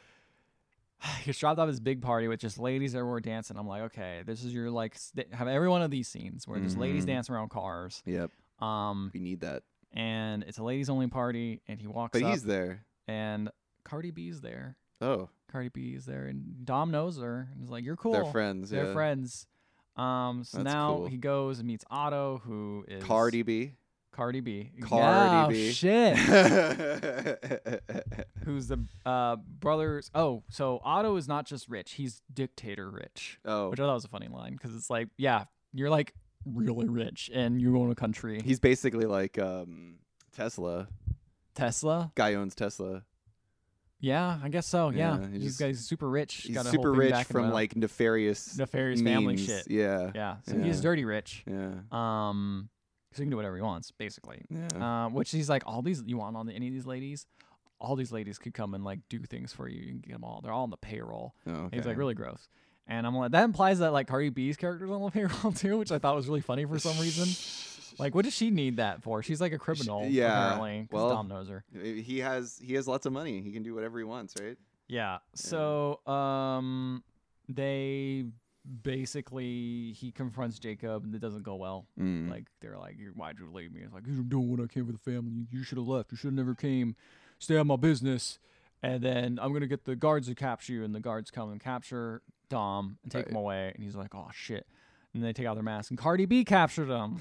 Speaker 1: he gets dropped off at this big party with just ladies everywhere dancing. I'm like, okay, this is your like st- have every one of these scenes where just ladies
Speaker 2: Mhm.
Speaker 1: dancing around cars.
Speaker 2: Yep.
Speaker 1: Um,
Speaker 2: We need that.
Speaker 1: and it's a ladies only party, and he walks
Speaker 2: But
Speaker 1: up,
Speaker 2: he's there.
Speaker 1: and Cardi B's there.
Speaker 2: Oh,
Speaker 1: Cardi B is there, and Dom knows her, and he's like, "You're cool.
Speaker 2: they're friends.
Speaker 1: They're
Speaker 2: yeah.
Speaker 1: friends." Um, so
Speaker 2: That's
Speaker 1: now
Speaker 2: cool.
Speaker 1: he goes and meets Otto, who is
Speaker 2: Cardi B.
Speaker 1: Cardi B. yeah,
Speaker 2: Cardi B.
Speaker 1: shit.
Speaker 2: oh,
Speaker 1: Who's the uh brothers? Oh, so Otto is not just rich; he's dictator rich.
Speaker 2: Oh.
Speaker 1: which I thought was a funny line because it's like, yeah, you're like really rich and you own a country.
Speaker 2: he's basically like um, Tesla.
Speaker 1: Tesla,
Speaker 2: Guy owns Tesla.
Speaker 1: yeah, I guess so. Yeah,
Speaker 2: Yeah, he
Speaker 1: these
Speaker 2: just-
Speaker 1: guys super rich.
Speaker 2: He's
Speaker 1: got a whole
Speaker 2: super
Speaker 1: thing
Speaker 2: rich
Speaker 1: back in
Speaker 2: from
Speaker 1: the
Speaker 2: like nefarious,
Speaker 1: nefarious family
Speaker 2: means.
Speaker 1: shit.
Speaker 2: Yeah.
Speaker 1: Yeah, so he's
Speaker 2: Yeah.
Speaker 1: dirty rich.
Speaker 2: Yeah.
Speaker 1: Um, so he can do whatever he wants, basically.
Speaker 2: Yeah.
Speaker 1: Um, which he's like, all these you want on any of these ladies, all these ladies could come and like do things for you. You can get them all. They're all on the payroll.
Speaker 2: oh,
Speaker 1: And He's
Speaker 2: okay.
Speaker 1: like really gross. And I'm like, that implies that like Cardi B's character's on the payroll too, which I thought was really funny for some reason. Like, what does she need that for? She's like a criminal,
Speaker 2: yeah,
Speaker 1: apparently. 'cause
Speaker 2: well-
Speaker 1: Dom knows her.
Speaker 2: He has he has lots of money. He can do whatever he wants, right?
Speaker 1: Yeah. So, um, they basically he confronts Jacob, and it doesn't go well.
Speaker 2: Mm.
Speaker 1: Like, they're like, "You- "Why'd you leave me?" It's like, "I'm doing what I can for the family. You should have left. You should have never came. Stay out of my business." And then I'm gonna get the guards to capture you, and the guards come and capture Dom and take him away. And he's like, "Oh shit." And they take out their masks, and Cardi B captured him.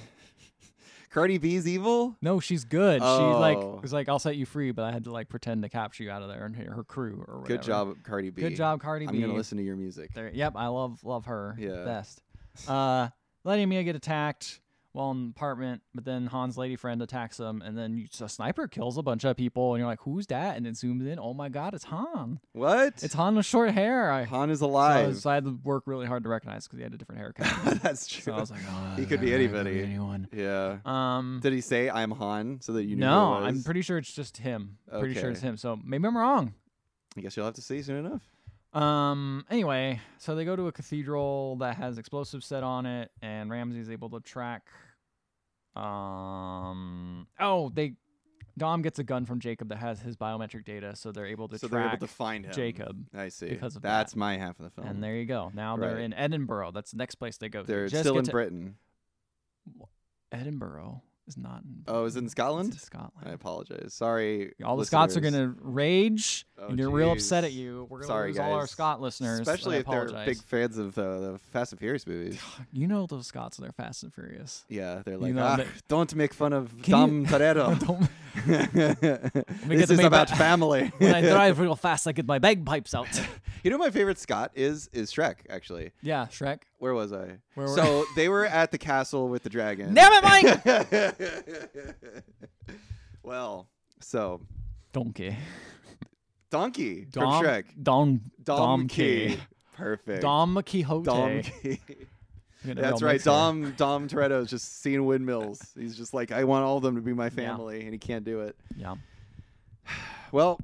Speaker 2: Cardi B's evil.
Speaker 1: No, she's good. She
Speaker 2: Oh.
Speaker 1: like was like, "I'll set you free," but I had to like pretend to capture you out of there and her her crew or whatever.
Speaker 2: Good job, Cardi B.
Speaker 1: Good job, Cardi
Speaker 2: I'm
Speaker 1: B.
Speaker 2: gonna listen to your music.
Speaker 1: There- yep, I love love her.
Speaker 2: Yeah.
Speaker 1: best. Uh, Letty and Mia get attacked while in the apartment, but then Han's lady friend attacks them, and then you, a sniper kills a bunch of people, and you're like, "Who's that?" And it zooms in. Oh my God, it's Han.
Speaker 2: What?
Speaker 1: It's Han with short hair. I,
Speaker 2: Han is
Speaker 1: so I,
Speaker 2: alive.
Speaker 1: was- I had to work really hard to recognize because he had a different haircut.
Speaker 2: That's true.
Speaker 1: so I was like, oh,
Speaker 2: He could be
Speaker 1: that could
Speaker 2: anybody."
Speaker 1: anyone."
Speaker 2: yeah.
Speaker 1: Um.
Speaker 2: Did he say I'm Han so that you knew? who it
Speaker 1: no, I'm
Speaker 2: was?
Speaker 1: pretty sure it's just him. Pretty sure
Speaker 2: Okay.
Speaker 1: it's him. So maybe I'm wrong.
Speaker 2: I guess you'll have to see soon enough.
Speaker 1: Um. Anyway, so they go to a cathedral that has explosives set on it, and Ramsey's able to track. Um. Oh, they. Dom gets a gun from Jacob that has his biometric data, so they're able to
Speaker 2: so they're
Speaker 1: track
Speaker 2: able to find him.
Speaker 1: Jacob.
Speaker 2: I see.
Speaker 1: because of
Speaker 2: That's
Speaker 1: that.
Speaker 2: my half of the film.
Speaker 1: And there you go. Now they're
Speaker 2: Right.
Speaker 1: in Edinburgh. That's the next place they go. to.
Speaker 2: They're
Speaker 1: Just
Speaker 2: still
Speaker 1: get
Speaker 2: in
Speaker 1: to-
Speaker 2: Britain.
Speaker 1: Edinburgh is not. In
Speaker 2: Oh, is it in Scotland?
Speaker 1: It's in Scotland.
Speaker 2: I apologize. Sorry.
Speaker 1: All the Scots are
Speaker 2: listeners.
Speaker 1: gonna rage,
Speaker 2: Oh,
Speaker 1: and they're real upset at
Speaker 2: jeez.
Speaker 1: you. We're gonna
Speaker 2: Sorry,
Speaker 1: lose all our
Speaker 2: guys.
Speaker 1: Scot listeners. and I
Speaker 2: Especially if they're
Speaker 1: apologize.
Speaker 2: big fans of uh, the Fast and Furious movies.
Speaker 1: You know those Scots, they're fast and furious.
Speaker 2: Yeah, they're like,
Speaker 1: know,
Speaker 2: "Ah,
Speaker 1: they-
Speaker 2: don't make fun of
Speaker 1: Can you-
Speaker 2: Dom Toretto.
Speaker 1: Don't- get
Speaker 2: this
Speaker 1: the
Speaker 2: is
Speaker 1: main
Speaker 2: about
Speaker 1: ba-
Speaker 2: family.
Speaker 1: when I drive real fast, I get my bagpipes out.
Speaker 2: you know, my favorite Scott is is Shrek. Actually,
Speaker 1: yeah, Shrek.
Speaker 2: where was I?
Speaker 1: Where were-
Speaker 2: so they were at the castle with the dragon.
Speaker 1: Damn it, Mike!
Speaker 2: well, so
Speaker 1: Donkey.
Speaker 2: Donkey
Speaker 1: Dom,
Speaker 2: from Shrek.
Speaker 1: Dom. Donkey.
Speaker 2: Donkey. Perfect.
Speaker 1: Dom Quixote.
Speaker 2: Donkey.
Speaker 1: You know,
Speaker 2: That's
Speaker 1: they'll
Speaker 2: right.
Speaker 1: mix her.
Speaker 2: Dom Dom Toretto's just seeing windmills. He's just like, I want all of them to be my family, and he can't do it.
Speaker 1: Yeah.
Speaker 2: Well,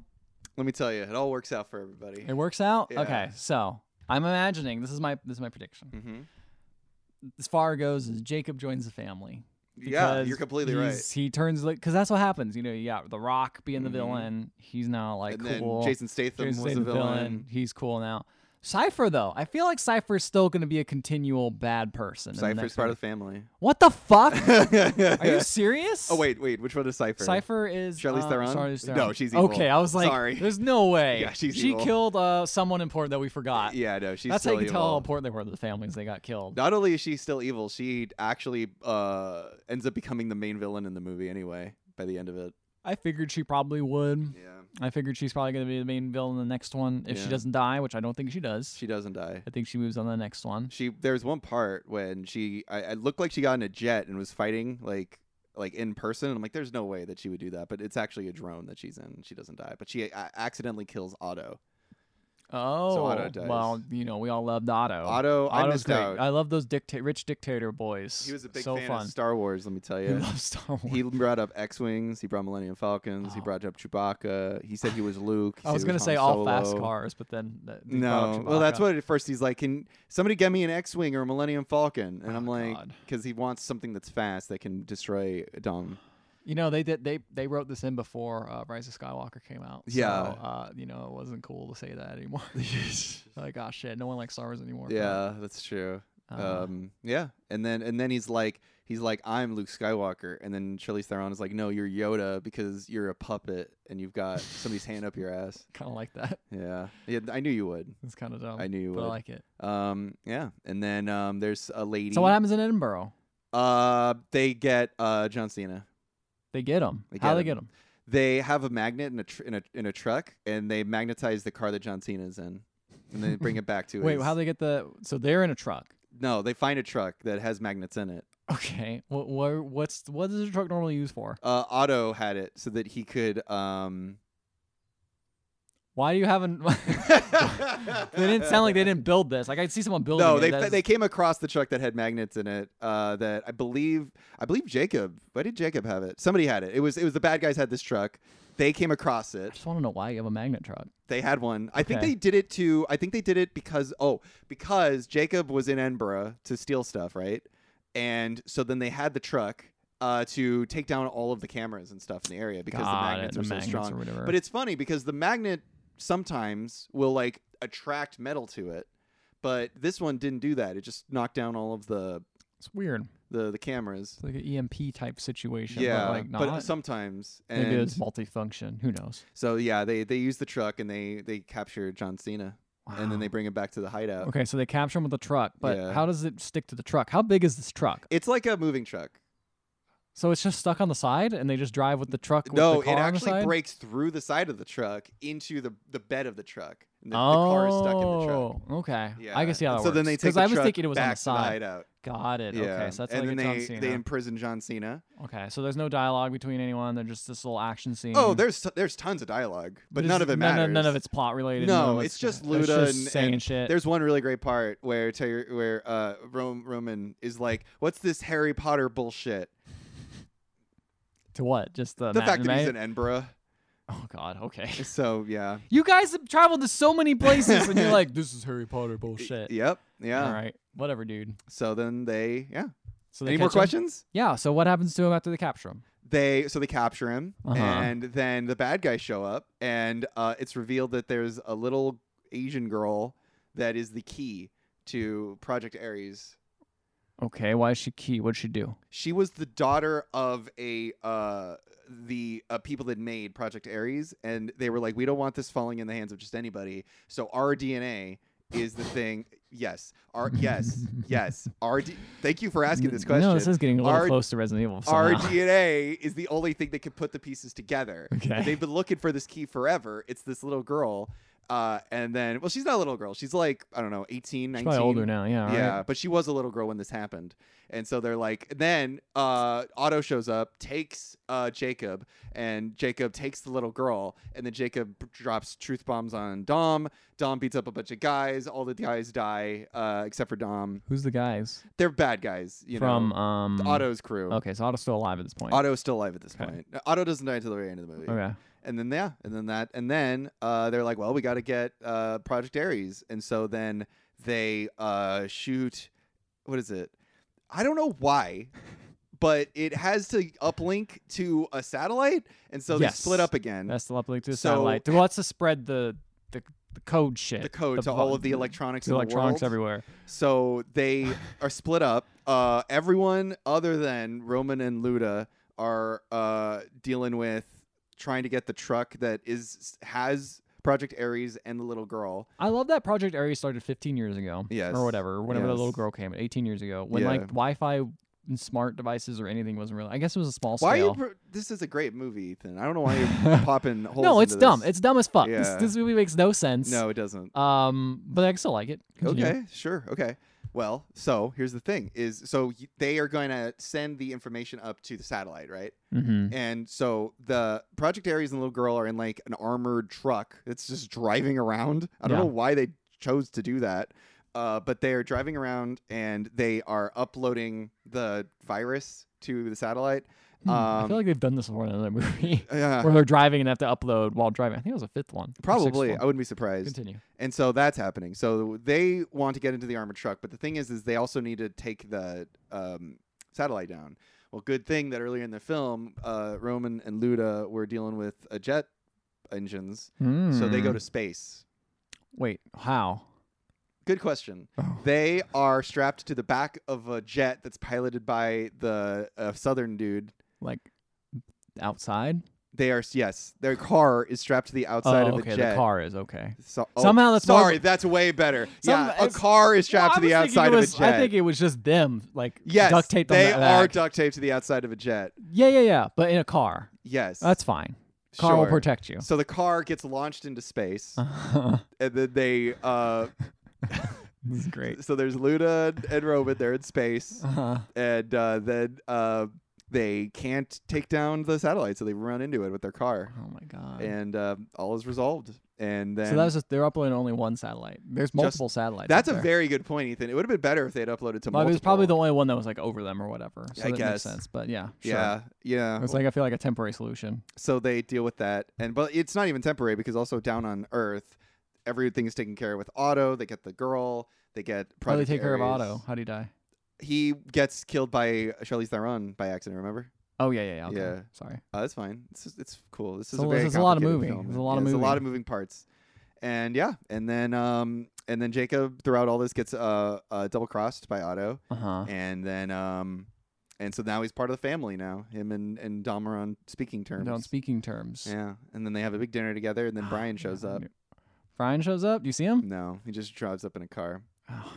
Speaker 2: let me tell you, it all works out for everybody.
Speaker 1: It works out.
Speaker 2: Yeah.
Speaker 1: Okay, so I'm imagining this is my this is my prediction.
Speaker 2: Mm-hmm.
Speaker 1: As far goes is Jacob joins the family.
Speaker 2: Yeah,
Speaker 1: because
Speaker 2: you're completely right.
Speaker 1: he's- He turns like because that's what happens. You know, you got The Rock being the
Speaker 2: Mhm.
Speaker 1: villain. He's now like
Speaker 2: And
Speaker 1: cool.
Speaker 2: then Jason Statham
Speaker 1: Jason
Speaker 2: was
Speaker 1: Statham
Speaker 2: the villain.
Speaker 1: He's cool now. Cipher though, I feel like Cipher's still going to be a continual bad person. in the
Speaker 2: Cypher's
Speaker 1: next
Speaker 2: part
Speaker 1: one.
Speaker 2: of the family.
Speaker 1: What the fuck? Are you serious?
Speaker 2: oh wait, wait. Which one is Cypher?
Speaker 1: Cipher is
Speaker 2: Charlize
Speaker 1: uh,
Speaker 2: Theron?
Speaker 1: Charlize
Speaker 2: No,
Speaker 1: Theron.
Speaker 2: she's evil.
Speaker 1: Okay, I was like,
Speaker 2: Sorry.
Speaker 1: there's no way.
Speaker 2: Yeah, she's
Speaker 1: she
Speaker 2: evil.
Speaker 1: killed uh, someone important that we forgot.
Speaker 2: Uh, Yeah, no, she's
Speaker 1: That's how
Speaker 2: still
Speaker 1: you can tell
Speaker 2: evil.
Speaker 1: how important they were to the families they got killed.
Speaker 2: Not only is she still evil, she actually uh, ends up becoming the main villain in the movie anyway. By the end of it.
Speaker 1: I figured she probably would.
Speaker 2: Yeah.
Speaker 1: I figured she's probably going to be the main villain in the next one if
Speaker 2: Yeah.
Speaker 1: she doesn't die, which I don't think she does.
Speaker 2: She doesn't die.
Speaker 1: I think she moves on to the next one.
Speaker 2: She there's one part when she I, I looked like she got in a jet and was fighting like like in person. And I'm like, there's no way that she would do that, but it's actually a drone that she's in. She doesn't die, but she a- accidentally kills Otto.
Speaker 1: Oh,
Speaker 2: Otto dies.
Speaker 1: well, you know, we all loved Otto.
Speaker 2: Otto, I
Speaker 1: Otto's
Speaker 2: missed
Speaker 1: great.
Speaker 2: out.
Speaker 1: I love those dicta- rich dictator boys.
Speaker 2: he was a big
Speaker 1: so
Speaker 2: fan
Speaker 1: fun.
Speaker 2: of Star Wars. Let me tell
Speaker 1: He
Speaker 2: you.
Speaker 1: loves Star Wars.
Speaker 2: He brought up X wings. He brought Millennium Falcons. He
Speaker 1: Oh.
Speaker 2: brought up Chewbacca. He said he was Luke. He
Speaker 1: I
Speaker 2: said
Speaker 1: was
Speaker 2: he
Speaker 1: gonna
Speaker 2: Han
Speaker 1: say all fast
Speaker 2: Solo.
Speaker 1: cars, but then that, they brought
Speaker 2: No,
Speaker 1: up
Speaker 2: well, that's
Speaker 1: Chewbacca.
Speaker 2: what at first he's like. Can somebody get me an X-wing or a Millennium Falcon? And I'm
Speaker 1: Oh,
Speaker 2: like,
Speaker 1: God.
Speaker 2: because he wants something that's fast that can destroy Dom.
Speaker 1: You know, they did. They they wrote this in before uh, Rise of Skywalker came out.
Speaker 2: Yeah.
Speaker 1: So, uh, you know, it wasn't cool to say that anymore. like, oh shit, no one likes Star Wars anymore. bro."
Speaker 2: Yeah, that's true.
Speaker 1: Uh,
Speaker 2: um, yeah, and then and then he's like, he's like, I'm Luke Skywalker, and then Charlize Theron is like, No, you're Yoda because you're a puppet and you've got somebody's hand up your ass.
Speaker 1: kind of like that.
Speaker 2: Yeah, yeah, I knew you would.
Speaker 1: It's kind of dumb.
Speaker 2: I knew you
Speaker 1: but Oh, I
Speaker 2: would.
Speaker 1: like it.
Speaker 2: Um, yeah, and then um, there's a lady.
Speaker 1: So what happens in Edinburgh?
Speaker 2: Uh, they get uh John Cena.
Speaker 1: They get them.
Speaker 2: They
Speaker 1: How
Speaker 2: get
Speaker 1: they
Speaker 2: 'em.
Speaker 1: get them?
Speaker 2: They have a magnet in a tr- in a in a truck, and they magnetize the car that John Cena's in, and they bring it back to.
Speaker 1: Wait,
Speaker 2: his-
Speaker 1: how they get the? So they're in a truck.
Speaker 2: No, they find a truck that has magnets in it.
Speaker 1: Okay. What? What? What's? What is a truck normally used for?
Speaker 2: uh, Otto had it so that he could. Um...
Speaker 1: Why do you haven't?
Speaker 2: they
Speaker 1: they didn't sound like they didn't build this. Like I see someone building.
Speaker 2: No,
Speaker 1: it.
Speaker 2: they
Speaker 1: That's-
Speaker 2: they came across the truck that had magnets in it. Uh, that I believe I believe Jacob. Why did Jacob have it? Somebody had it. It was it was the bad guys had this truck. They came across
Speaker 1: I
Speaker 2: it.
Speaker 1: just want to know why you have a magnet truck.
Speaker 2: They had one. I think
Speaker 1: Okay.
Speaker 2: they did it to. I think they did it because oh because Jacob was in Edinburgh to steal stuff right, and so then they had the truck. Uh, to take down all of the cameras and stuff in the area because
Speaker 1: Got
Speaker 2: the
Speaker 1: it,
Speaker 2: magnets
Speaker 1: the
Speaker 2: are so
Speaker 1: magnets
Speaker 2: strong.
Speaker 1: or whatever.
Speaker 2: But it's funny because the magnet sometimes will like attract metal to it, but this one didn't do that. It just knocked down all of the
Speaker 1: it's weird.
Speaker 2: the, the cameras.
Speaker 1: It's like an EMP type situation.
Speaker 2: yeah,
Speaker 1: but like not.
Speaker 2: sometimes and
Speaker 1: Maybe it's multifunction. Who knows?
Speaker 2: so yeah, they they use the truck and they they capture John Cena and then they
Speaker 1: Wow.
Speaker 2: bring him back to the hideout.
Speaker 1: Okay, so they capture him with a truck, but
Speaker 2: Uh, Yeah.
Speaker 1: how does it stick to the truck? How big is this truck?
Speaker 2: It's like a moving truck.
Speaker 1: So it's just stuck on the side, and they just drive with the truck. With
Speaker 2: no,
Speaker 1: the
Speaker 2: it
Speaker 1: car on the
Speaker 2: actually
Speaker 1: side?
Speaker 2: breaks through the side of the truck into the the bed of the truck. And the, the car is stuck in the truck.
Speaker 1: Oh, okay.
Speaker 2: Yeah.
Speaker 1: I can see how
Speaker 2: and
Speaker 1: that
Speaker 2: so then
Speaker 1: works.
Speaker 2: they take
Speaker 1: 'Cause
Speaker 2: the
Speaker 1: I was
Speaker 2: truck
Speaker 1: thinking it was on
Speaker 2: back
Speaker 1: the
Speaker 2: to
Speaker 1: side.
Speaker 2: hideout.
Speaker 1: Got it.
Speaker 2: Yeah.
Speaker 1: Okay, so that's
Speaker 2: and
Speaker 1: like
Speaker 2: then
Speaker 1: a John
Speaker 2: they
Speaker 1: Cena.
Speaker 2: they imprison John Cena.
Speaker 1: okay, so there's no dialogue between anyone. They're just this little action scene.
Speaker 2: Oh, there's there's tons of dialogue, but
Speaker 1: This
Speaker 2: none
Speaker 1: is-
Speaker 2: of it matters.
Speaker 1: Mm-hmm. None, none of it's plot related. none
Speaker 2: No,
Speaker 1: of
Speaker 2: it's just
Speaker 1: it's
Speaker 2: Luda
Speaker 1: just
Speaker 2: and-
Speaker 1: saying
Speaker 2: and
Speaker 1: shit.
Speaker 2: There's one really great part where Ter- where uh, Rome, Roman is like, "What's this Harry Potter bullshit?"
Speaker 1: to what? Just the,
Speaker 2: The fact that
Speaker 1: matinee?
Speaker 2: he's in Edinburgh.
Speaker 1: Oh God. Okay.
Speaker 2: So yeah.
Speaker 1: You guys have traveled to so many places, and you're like, "This is Harry Potter bullshit."
Speaker 2: Yep. Yeah.
Speaker 1: All right, whatever, dude.
Speaker 2: So then they yeah.
Speaker 1: So they
Speaker 2: Any more
Speaker 1: catch him?
Speaker 2: questions?
Speaker 1: Yeah. So what happens to him after they capture him?
Speaker 2: They so they capture him,
Speaker 1: Uh-huh.
Speaker 2: and then the bad guys show up, and uh, it's revealed that there's a little Asian girl that is the key to Project Ares.
Speaker 1: Okay. Why is she key? What'd she do?
Speaker 2: She was the daughter of a uh the uh, people that made Project Ares, and they were like, we don't want this falling in the hands of just anybody. So our DNA is the thing. Yes, our yes, yes. Our D- thank you for asking this
Speaker 1: N-
Speaker 2: question.
Speaker 1: No, this is getting a little
Speaker 2: Our-
Speaker 1: close to Resident Evil.
Speaker 2: our
Speaker 1: somehow.
Speaker 2: DNA is the only thing that can put the pieces together.
Speaker 1: Okay.
Speaker 2: They've been looking for this key forever. It's this little girl. Uh, and then, well, she's not a little girl. She's like, I don't know, 18, 19.
Speaker 1: Probably older now, yeah. right?
Speaker 2: Yeah, but she was a little girl when this happened. And so they're like, then uh, Otto shows up, takes uh, Jacob, and Jacob takes the little girl. And then Jacob drops truth bombs on Dom. Dom beats up a bunch of guys. All the guys die uh, except for Dom.
Speaker 1: Who's the guys
Speaker 2: They're bad guys, you
Speaker 1: from
Speaker 2: know.
Speaker 1: um
Speaker 2: Otto's crew.
Speaker 1: Okay, so Otto's still alive at this point.
Speaker 2: Otto's still alive at this
Speaker 1: Okay.
Speaker 2: point. Uh, Otto doesn't die until the very end of the movie
Speaker 1: Okay.
Speaker 2: and then yeah, and then that, and then uh, they're like, well, we got to get uh, Project Ares, and so then they uh, shoot. What is it? I don't know why, but it has to uplink to a satellite, and so
Speaker 1: Yes.
Speaker 2: they split up again.
Speaker 1: That's the uplink to the
Speaker 2: So-
Speaker 1: satellite. Well, that's to spread the the, the code shit.
Speaker 2: the code to
Speaker 1: vo-
Speaker 2: all of the electronics
Speaker 1: to
Speaker 2: in
Speaker 1: electronics
Speaker 2: the world.
Speaker 1: everywhere.
Speaker 2: So they are split up. Uh, everyone other than Roman and Luda are uh, dealing with trying to get the truck that is has Project Ares and the little girl.
Speaker 1: I love that Project Aries started 15 years ago.
Speaker 2: Yes.
Speaker 1: Or whatever. Whenever the little
Speaker 2: Yes.
Speaker 1: girl came, 18 years ago, when
Speaker 2: Yeah.
Speaker 1: like Wi-Fi and smart devices or anything wasn't really. I guess it was a small
Speaker 2: Why are
Speaker 1: scale.
Speaker 2: you? Pro- this is a great movie, Ethan. I don't know why you're popping holes.
Speaker 1: no, it's
Speaker 2: into
Speaker 1: dumb.
Speaker 2: this.
Speaker 1: It's dumb as fuck. This,
Speaker 2: Yeah.
Speaker 1: this movie makes no sense.
Speaker 2: no, it doesn't.
Speaker 1: Um, but I still like it. Continue.
Speaker 2: Okay, sure. Okay. Well, so here's the thing: is so y- they are going to send the information up to the satellite, right?
Speaker 1: Mm-hmm.
Speaker 2: And so the Project Ares and the little girl are in like an armored truck that's just driving around. I don't
Speaker 1: Yeah.
Speaker 2: know why they chose to do that. Uh, but they are driving around and they are uploading the virus to the satellite.
Speaker 1: Hmm, I
Speaker 2: Um, uh,
Speaker 1: feel like they've done this before in another movie
Speaker 2: yeah,
Speaker 1: where they're driving and have to upload while driving. I think it was a fifth one. or sixth
Speaker 2: probably.
Speaker 1: one.
Speaker 2: I wouldn't be surprised.
Speaker 1: Continue.
Speaker 2: And so that's happening. So they want to get into the armored truck, but the thing is, is they also need to take the um, satellite down. Well, good thing that earlier in the film, uh, Roman and Luda were dealing with uh, jet engines, so they go to space.
Speaker 1: Hmm. wait. How?
Speaker 2: Good question.
Speaker 1: Oh.
Speaker 2: They are strapped to the back of a jet that's piloted by the uh, southern dude.
Speaker 1: Like outside.
Speaker 2: They are yes, their car is strapped to the outside
Speaker 1: oh,
Speaker 2: of
Speaker 1: okay.
Speaker 2: the jet.
Speaker 1: The car is okay.
Speaker 2: So- oh,
Speaker 1: Somehow that's more-
Speaker 2: sorry. That's way better.
Speaker 1: Some-
Speaker 2: yeah, a
Speaker 1: it's-
Speaker 2: car is strapped
Speaker 1: Well,
Speaker 2: to
Speaker 1: I was
Speaker 2: the
Speaker 1: thinking
Speaker 2: outside
Speaker 1: it was,
Speaker 2: of a jet.
Speaker 1: I think it was just them, like
Speaker 2: Yes,
Speaker 1: duct taped on
Speaker 2: They
Speaker 1: the
Speaker 2: are
Speaker 1: back.
Speaker 2: duct taped to the outside of a jet.
Speaker 1: yeah, yeah, yeah. But in a car,
Speaker 2: Yes,
Speaker 1: that's fine. Car will
Speaker 2: sure.
Speaker 1: protect you.
Speaker 2: So the car gets launched into space,
Speaker 1: Uh-huh. this
Speaker 2: and then they. Uh,
Speaker 1: is great.
Speaker 2: so there's Luna and Roman. They're in space,
Speaker 1: Uh-huh.
Speaker 2: and uh, then uh, they can't take down the satellite, so they run into it with their car,
Speaker 1: Oh my god.
Speaker 2: and uh, all is resolved. And then
Speaker 1: so that was just they're uploading only one satellite. There's multiple satellites.
Speaker 2: that's
Speaker 1: up
Speaker 2: a
Speaker 1: there.
Speaker 2: very good point, Ethan. It would have been better if they had uploaded to
Speaker 1: Well, it
Speaker 2: multiple.
Speaker 1: was probably the only one that was like over them or whatever. So
Speaker 2: I
Speaker 1: that
Speaker 2: guess.
Speaker 1: makes sense. But yeah, sure.
Speaker 2: yeah, yeah.
Speaker 1: It's like I feel like a temporary solution.
Speaker 2: so they deal with that and but it's not even temporary because also down on earth everything is taken care of with otto they get the girl they get
Speaker 1: How do Oh, they
Speaker 2: Project
Speaker 1: take care of
Speaker 2: Ares.
Speaker 1: Otto? How do you die?
Speaker 2: he gets killed by Charlize Theron by accident remember
Speaker 1: Oh yeah, yeah, yeah. okay.
Speaker 2: Yeah.
Speaker 1: Sorry.
Speaker 2: oh, that's fine it's, it's cool this is
Speaker 1: So
Speaker 2: a very
Speaker 1: this is a lot of
Speaker 2: complicated
Speaker 1: movie.
Speaker 2: film.
Speaker 1: There's a lot
Speaker 2: Yeah,
Speaker 1: of
Speaker 2: there's a lot
Speaker 1: movie.
Speaker 2: of moving parts and yeah and then um and then jacob throughout all this gets uh, uh double crossed by otto
Speaker 1: Uh huh.
Speaker 2: and then um and so now he's part of the family now him and and dom are on speaking terms
Speaker 1: On speaking terms.
Speaker 2: yeah and then they have a big dinner together and then brian
Speaker 1: Yeah,
Speaker 2: shows
Speaker 1: I
Speaker 2: up Mm.
Speaker 1: knew- Brian shows up. Do you see him?
Speaker 2: No, he just drives up in a car.
Speaker 1: Oh.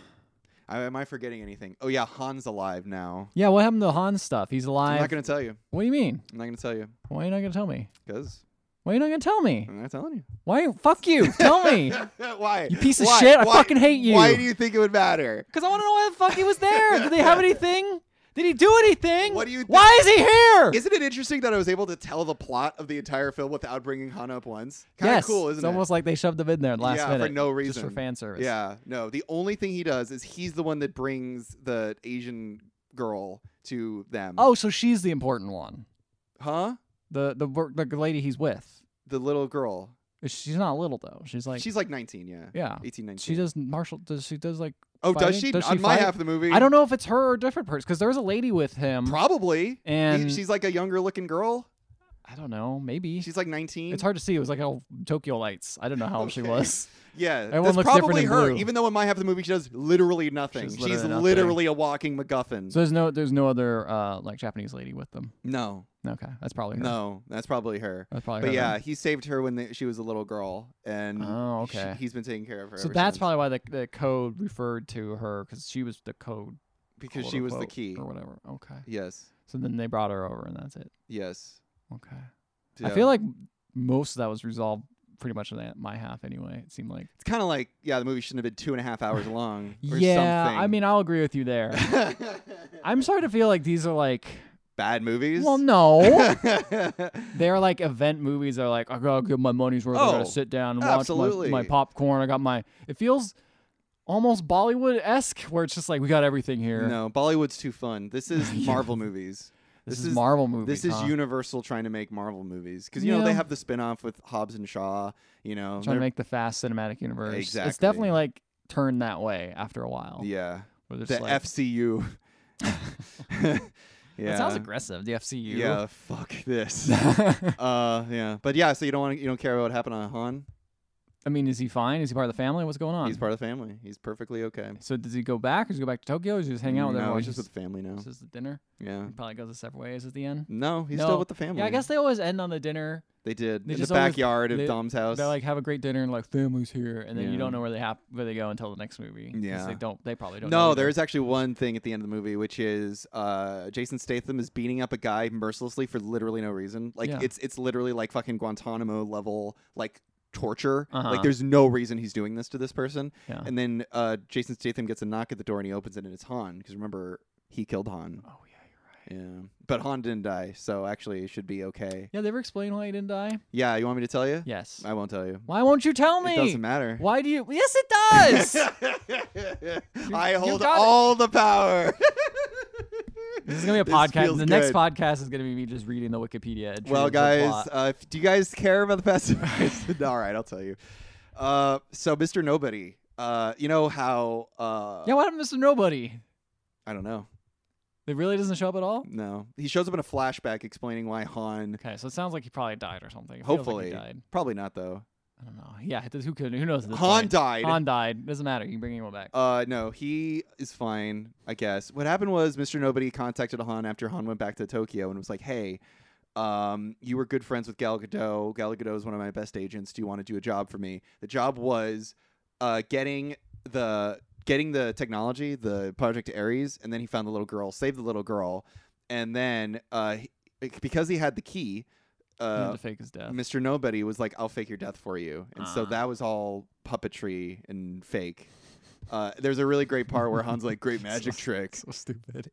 Speaker 2: I, am I forgetting anything? Oh yeah, Han's alive now.
Speaker 1: Yeah. What happened to Han stuff? He's
Speaker 2: I'm
Speaker 1: alive.
Speaker 2: not gonna tell you.
Speaker 1: What do you mean?
Speaker 2: I'm not gonna tell you
Speaker 1: Why are you not gonna tell me?
Speaker 2: because
Speaker 1: Why are you not gonna tell me?
Speaker 2: I'm not telling
Speaker 1: Why? Fuck you! Tell me,
Speaker 2: you. Why?
Speaker 1: you piece of
Speaker 2: Why?
Speaker 1: shit! I
Speaker 2: Why?
Speaker 1: fucking hate you.
Speaker 2: Why do you think it would matter?
Speaker 1: Because I want to know why the fuck he was there. Did they have anything? Did he do anything?
Speaker 2: What do you
Speaker 1: Why is he here?
Speaker 2: Isn't it interesting that I was able to tell the plot of the entire film without bringing Han up once? Kind of
Speaker 1: yes.
Speaker 2: cool, isn't
Speaker 1: it's
Speaker 2: it?
Speaker 1: almost like they shoved him in there at last
Speaker 2: Yeah, for
Speaker 1: minute
Speaker 2: no
Speaker 1: just for
Speaker 2: reason.
Speaker 1: fan service.
Speaker 2: yeah. No, the only thing he does is he's the one that brings the Asian girl to them.
Speaker 1: Oh, so she's the important one.
Speaker 2: huh?
Speaker 1: The the wor- the lady he's with.
Speaker 2: The little girl.
Speaker 1: She's not little though. She's like
Speaker 2: She's like 19, yeah.
Speaker 1: yeah.
Speaker 2: 18, 19.
Speaker 1: She does martial. Does she does like?
Speaker 2: Oh, does
Speaker 1: fighting?
Speaker 2: she?
Speaker 1: Does she
Speaker 2: On my
Speaker 1: fight?
Speaker 2: half of the movie,
Speaker 1: I don't know if it's her or a different person because there was a lady with him.
Speaker 2: Probably.
Speaker 1: And-
Speaker 2: He- she's like a younger looking girl.
Speaker 1: I don't know. Maybe
Speaker 2: She's like 19.
Speaker 1: It's hard to see. It was like all Tokyo lights. I don't know how old she
Speaker 2: Okay.
Speaker 1: was.
Speaker 2: Yeah,
Speaker 1: Everyone
Speaker 2: that's
Speaker 1: looks different
Speaker 2: probably
Speaker 1: in
Speaker 2: her.
Speaker 1: blue.
Speaker 2: Even though in my half of the movie, she does literally nothing.
Speaker 1: She's
Speaker 2: She's
Speaker 1: literally
Speaker 2: literally,
Speaker 1: nothing.
Speaker 2: a walking MacGuffin.
Speaker 1: So there's no there's no other uh like Japanese lady with them.
Speaker 2: no,
Speaker 1: Okay, that's probably her.
Speaker 2: no, that's probably her.
Speaker 1: that's probably
Speaker 2: But
Speaker 1: her.
Speaker 2: yeah,
Speaker 1: then.
Speaker 2: he saved her when the, she was a little girl, and
Speaker 1: Oh,
Speaker 2: she-
Speaker 1: okay.
Speaker 2: he's been taking care of her.
Speaker 1: So
Speaker 2: ever
Speaker 1: that's
Speaker 2: since,
Speaker 1: probably why the, the code referred to her because she was the code
Speaker 2: because
Speaker 1: quote
Speaker 2: she was the
Speaker 1: unquote,
Speaker 2: key.
Speaker 1: or whatever. Okay.
Speaker 2: Yes,
Speaker 1: So then they brought her over and that's it.
Speaker 2: yes.
Speaker 1: Okay. I
Speaker 2: Yeah.
Speaker 1: feel like most of that was resolved pretty much my- my half anyway. It seemed like.
Speaker 2: It's kind of like, yeah, the movie shouldn't have been two and a half hours long or
Speaker 1: yeah,
Speaker 2: something.
Speaker 1: I mean, I'll agree with you there. I'm starting to feel like these are like,
Speaker 2: bad movies.
Speaker 1: well, no, they're like event movies. They're like, I gotta get my money's worth. I
Speaker 2: Oh,
Speaker 1: gotta sit down and watch my,
Speaker 2: absolutely.
Speaker 1: my popcorn. I got my. It feels almost Bollywood esque, where it's just like we got everything here.
Speaker 2: no, Bollywood's too fun. This is
Speaker 1: Yeah.
Speaker 2: Marvel movies.
Speaker 1: this,
Speaker 2: this
Speaker 1: is
Speaker 2: is-
Speaker 1: Marvel movies.
Speaker 2: This is
Speaker 1: huh?
Speaker 2: Universal trying to make Marvel movies because you know
Speaker 1: Yeah.
Speaker 2: they have the spin-off with Hobbs and Shaw. You know,
Speaker 1: trying to
Speaker 2: they're-
Speaker 1: make the fast cinematic universe. It's
Speaker 2: Exactly.
Speaker 1: definitely like turned that way after a while.
Speaker 2: yeah,
Speaker 1: where there's
Speaker 2: the
Speaker 1: like-
Speaker 2: FCU. yeah,
Speaker 1: That sounds aggressive. The FCU.
Speaker 2: Yeah, fuck this. uh, yeah, but yeah, so you don't want you don't care about what happened on Han.
Speaker 1: I mean, is he fine? Is he part of the family? What's going on?
Speaker 2: He's part of the family. He's perfectly okay.
Speaker 1: so does he go back? Or does he go back to Tokyo? Or does he just hang out with
Speaker 2: Mm, no,
Speaker 1: everyone?
Speaker 2: he's just with the family now.
Speaker 1: This is the dinner.
Speaker 2: Yeah.
Speaker 1: He probably goes his separate ways at the end.
Speaker 2: No, he's
Speaker 1: No.
Speaker 2: still with the family.
Speaker 1: Yeah, I guess they always end on the dinner.
Speaker 2: they did
Speaker 1: they
Speaker 2: in the
Speaker 1: just always-
Speaker 2: backyard
Speaker 1: they-
Speaker 2: of Dom's house.
Speaker 1: They like have a great dinner and like family's here, and then you
Speaker 2: Yeah.
Speaker 1: don't know where they hap- where they go until the next movie. 'cause
Speaker 2: Yeah.
Speaker 1: they don't. They probably don't. know
Speaker 2: no,
Speaker 1: either.
Speaker 2: there is actually one thing at the end of the movie, which is uh, Jason Statham is beating up a guy mercilessly for literally no reason. Like
Speaker 1: Yeah.
Speaker 2: it's it's literally like fucking Guantanamo level like torture.
Speaker 1: Uh-huh.
Speaker 2: Like there's no reason he's doing this to this person.
Speaker 1: Yeah.
Speaker 2: And then uh, Jason Statham gets a knock at the door and he opens it and it's Han because remember he killed Han.
Speaker 1: Oh yeah, you're right.
Speaker 2: Yeah, but Han didn't die, so actually it should be okay.
Speaker 1: Yeah, they ever explain why he didn't die?
Speaker 2: Yeah, you want me to tell you?
Speaker 1: Yes.
Speaker 2: I won't tell you.
Speaker 1: Why won't you tell me?
Speaker 2: It doesn't matter.
Speaker 1: Why do you? Yes, it does.
Speaker 2: I hold
Speaker 1: got it.
Speaker 2: all the power.
Speaker 1: This is gonna be a
Speaker 2: This
Speaker 1: podcast.
Speaker 2: feels
Speaker 1: The next
Speaker 2: good.
Speaker 1: podcast is gonna be me just reading the Wikipedia. entry
Speaker 2: Well,
Speaker 1: of the
Speaker 2: guys,
Speaker 1: plot.
Speaker 2: uh, if- do you guys care about the past? all right, I'll tell you. Uh, so, Mr. Nobody, uh, you know how? Uh,
Speaker 1: yeah, what happened to Mr. Nobody?
Speaker 2: I don't know.
Speaker 1: It really doesn't show up at all.
Speaker 2: No, he shows up in a flashback explaining why Han.
Speaker 1: Okay, so it sounds like he probably died or something. It feels like
Speaker 2: Hopefully,
Speaker 1: he died.
Speaker 2: probably not though.
Speaker 1: I don't know. Yeah, it does- who could? Who knows? at this
Speaker 2: Han
Speaker 1: point?
Speaker 2: died.
Speaker 1: Han died. Doesn't matter. You can bring anyone back.
Speaker 2: Uh, no, he is fine, I guess. What happened was Mr. Nobody contacted Han after Han went back to Tokyo and was like, "Hey, um, you were good friends with Gal Gadot. Gal Gadot is one of my best agents. Do you want to do a job for me?" The job was, uh, getting the getting the technology, the Project Ares, and then he found the little girl, saved the little girl, and then uh, he- because he had the key,
Speaker 1: You
Speaker 2: uh,
Speaker 1: have to fake his death.
Speaker 2: Mr. Nobody was like, "I'll fake your death for you," and so
Speaker 1: Ah.
Speaker 2: that was all puppetry and fake. Uh, there's a really great part where Han's like, "Great magic
Speaker 1: So-
Speaker 2: trick."
Speaker 1: So stupid.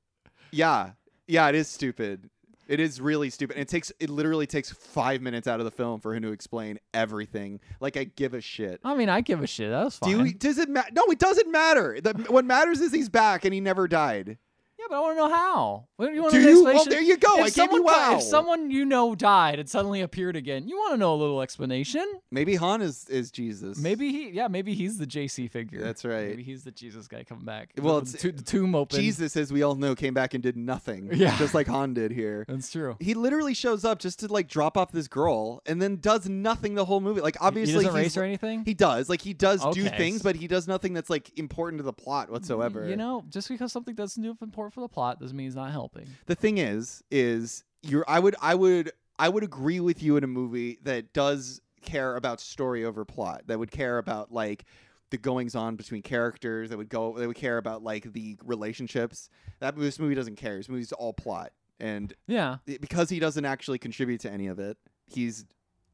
Speaker 2: Yeah, yeah, it is stupid. It is really stupid. And it takes it literally takes five minutes out of the film for him to explain everything. Like I give a shit.
Speaker 1: I mean, I give a shit. That was
Speaker 2: Do
Speaker 1: Oh, fine.
Speaker 2: you, does it matter? No, it doesn't matter. The, what matters is he's back and he never died.
Speaker 1: yeah, but I want to know how. What, you want
Speaker 2: Do
Speaker 1: an
Speaker 2: you? Well,
Speaker 1: explanation?
Speaker 2: there you go.
Speaker 1: If
Speaker 2: I gave
Speaker 1: someone
Speaker 2: you
Speaker 1: di-
Speaker 2: wow.
Speaker 1: If someone you know died and suddenly appeared again, you want to know a little explanation.
Speaker 2: Maybe Han is is Jesus.
Speaker 1: Maybe he, yeah, maybe he's the JC figure.
Speaker 2: That's right.
Speaker 1: Maybe he's the Jesus guy coming back.
Speaker 2: Well,
Speaker 1: With
Speaker 2: it's-
Speaker 1: the, to- the tomb open.
Speaker 2: Jesus, as we all know, came back and did nothing.
Speaker 1: Yeah.
Speaker 2: just like Han did here.
Speaker 1: that's true.
Speaker 2: he literally shows up just to like drop off this girl and then does nothing the whole movie. Like obviously
Speaker 1: he doesn't
Speaker 2: he's-
Speaker 1: race or anything.
Speaker 2: he does. Like he does do
Speaker 1: Okay. Mm,
Speaker 2: things, but he does nothing that's like important to the plot whatsoever.
Speaker 1: You know, just because something doesn't do important for the plot doesn't mean it's not helping.
Speaker 2: The thing is, is you're I would I would I would agree with you in a movie that does care about story over plot, that would care about like the goings on between characters, that would go that would care about like the relationships. That this movie doesn't care. This movie's all plot. And
Speaker 1: Yeah,
Speaker 2: it- because he doesn't actually contribute to any of it, he's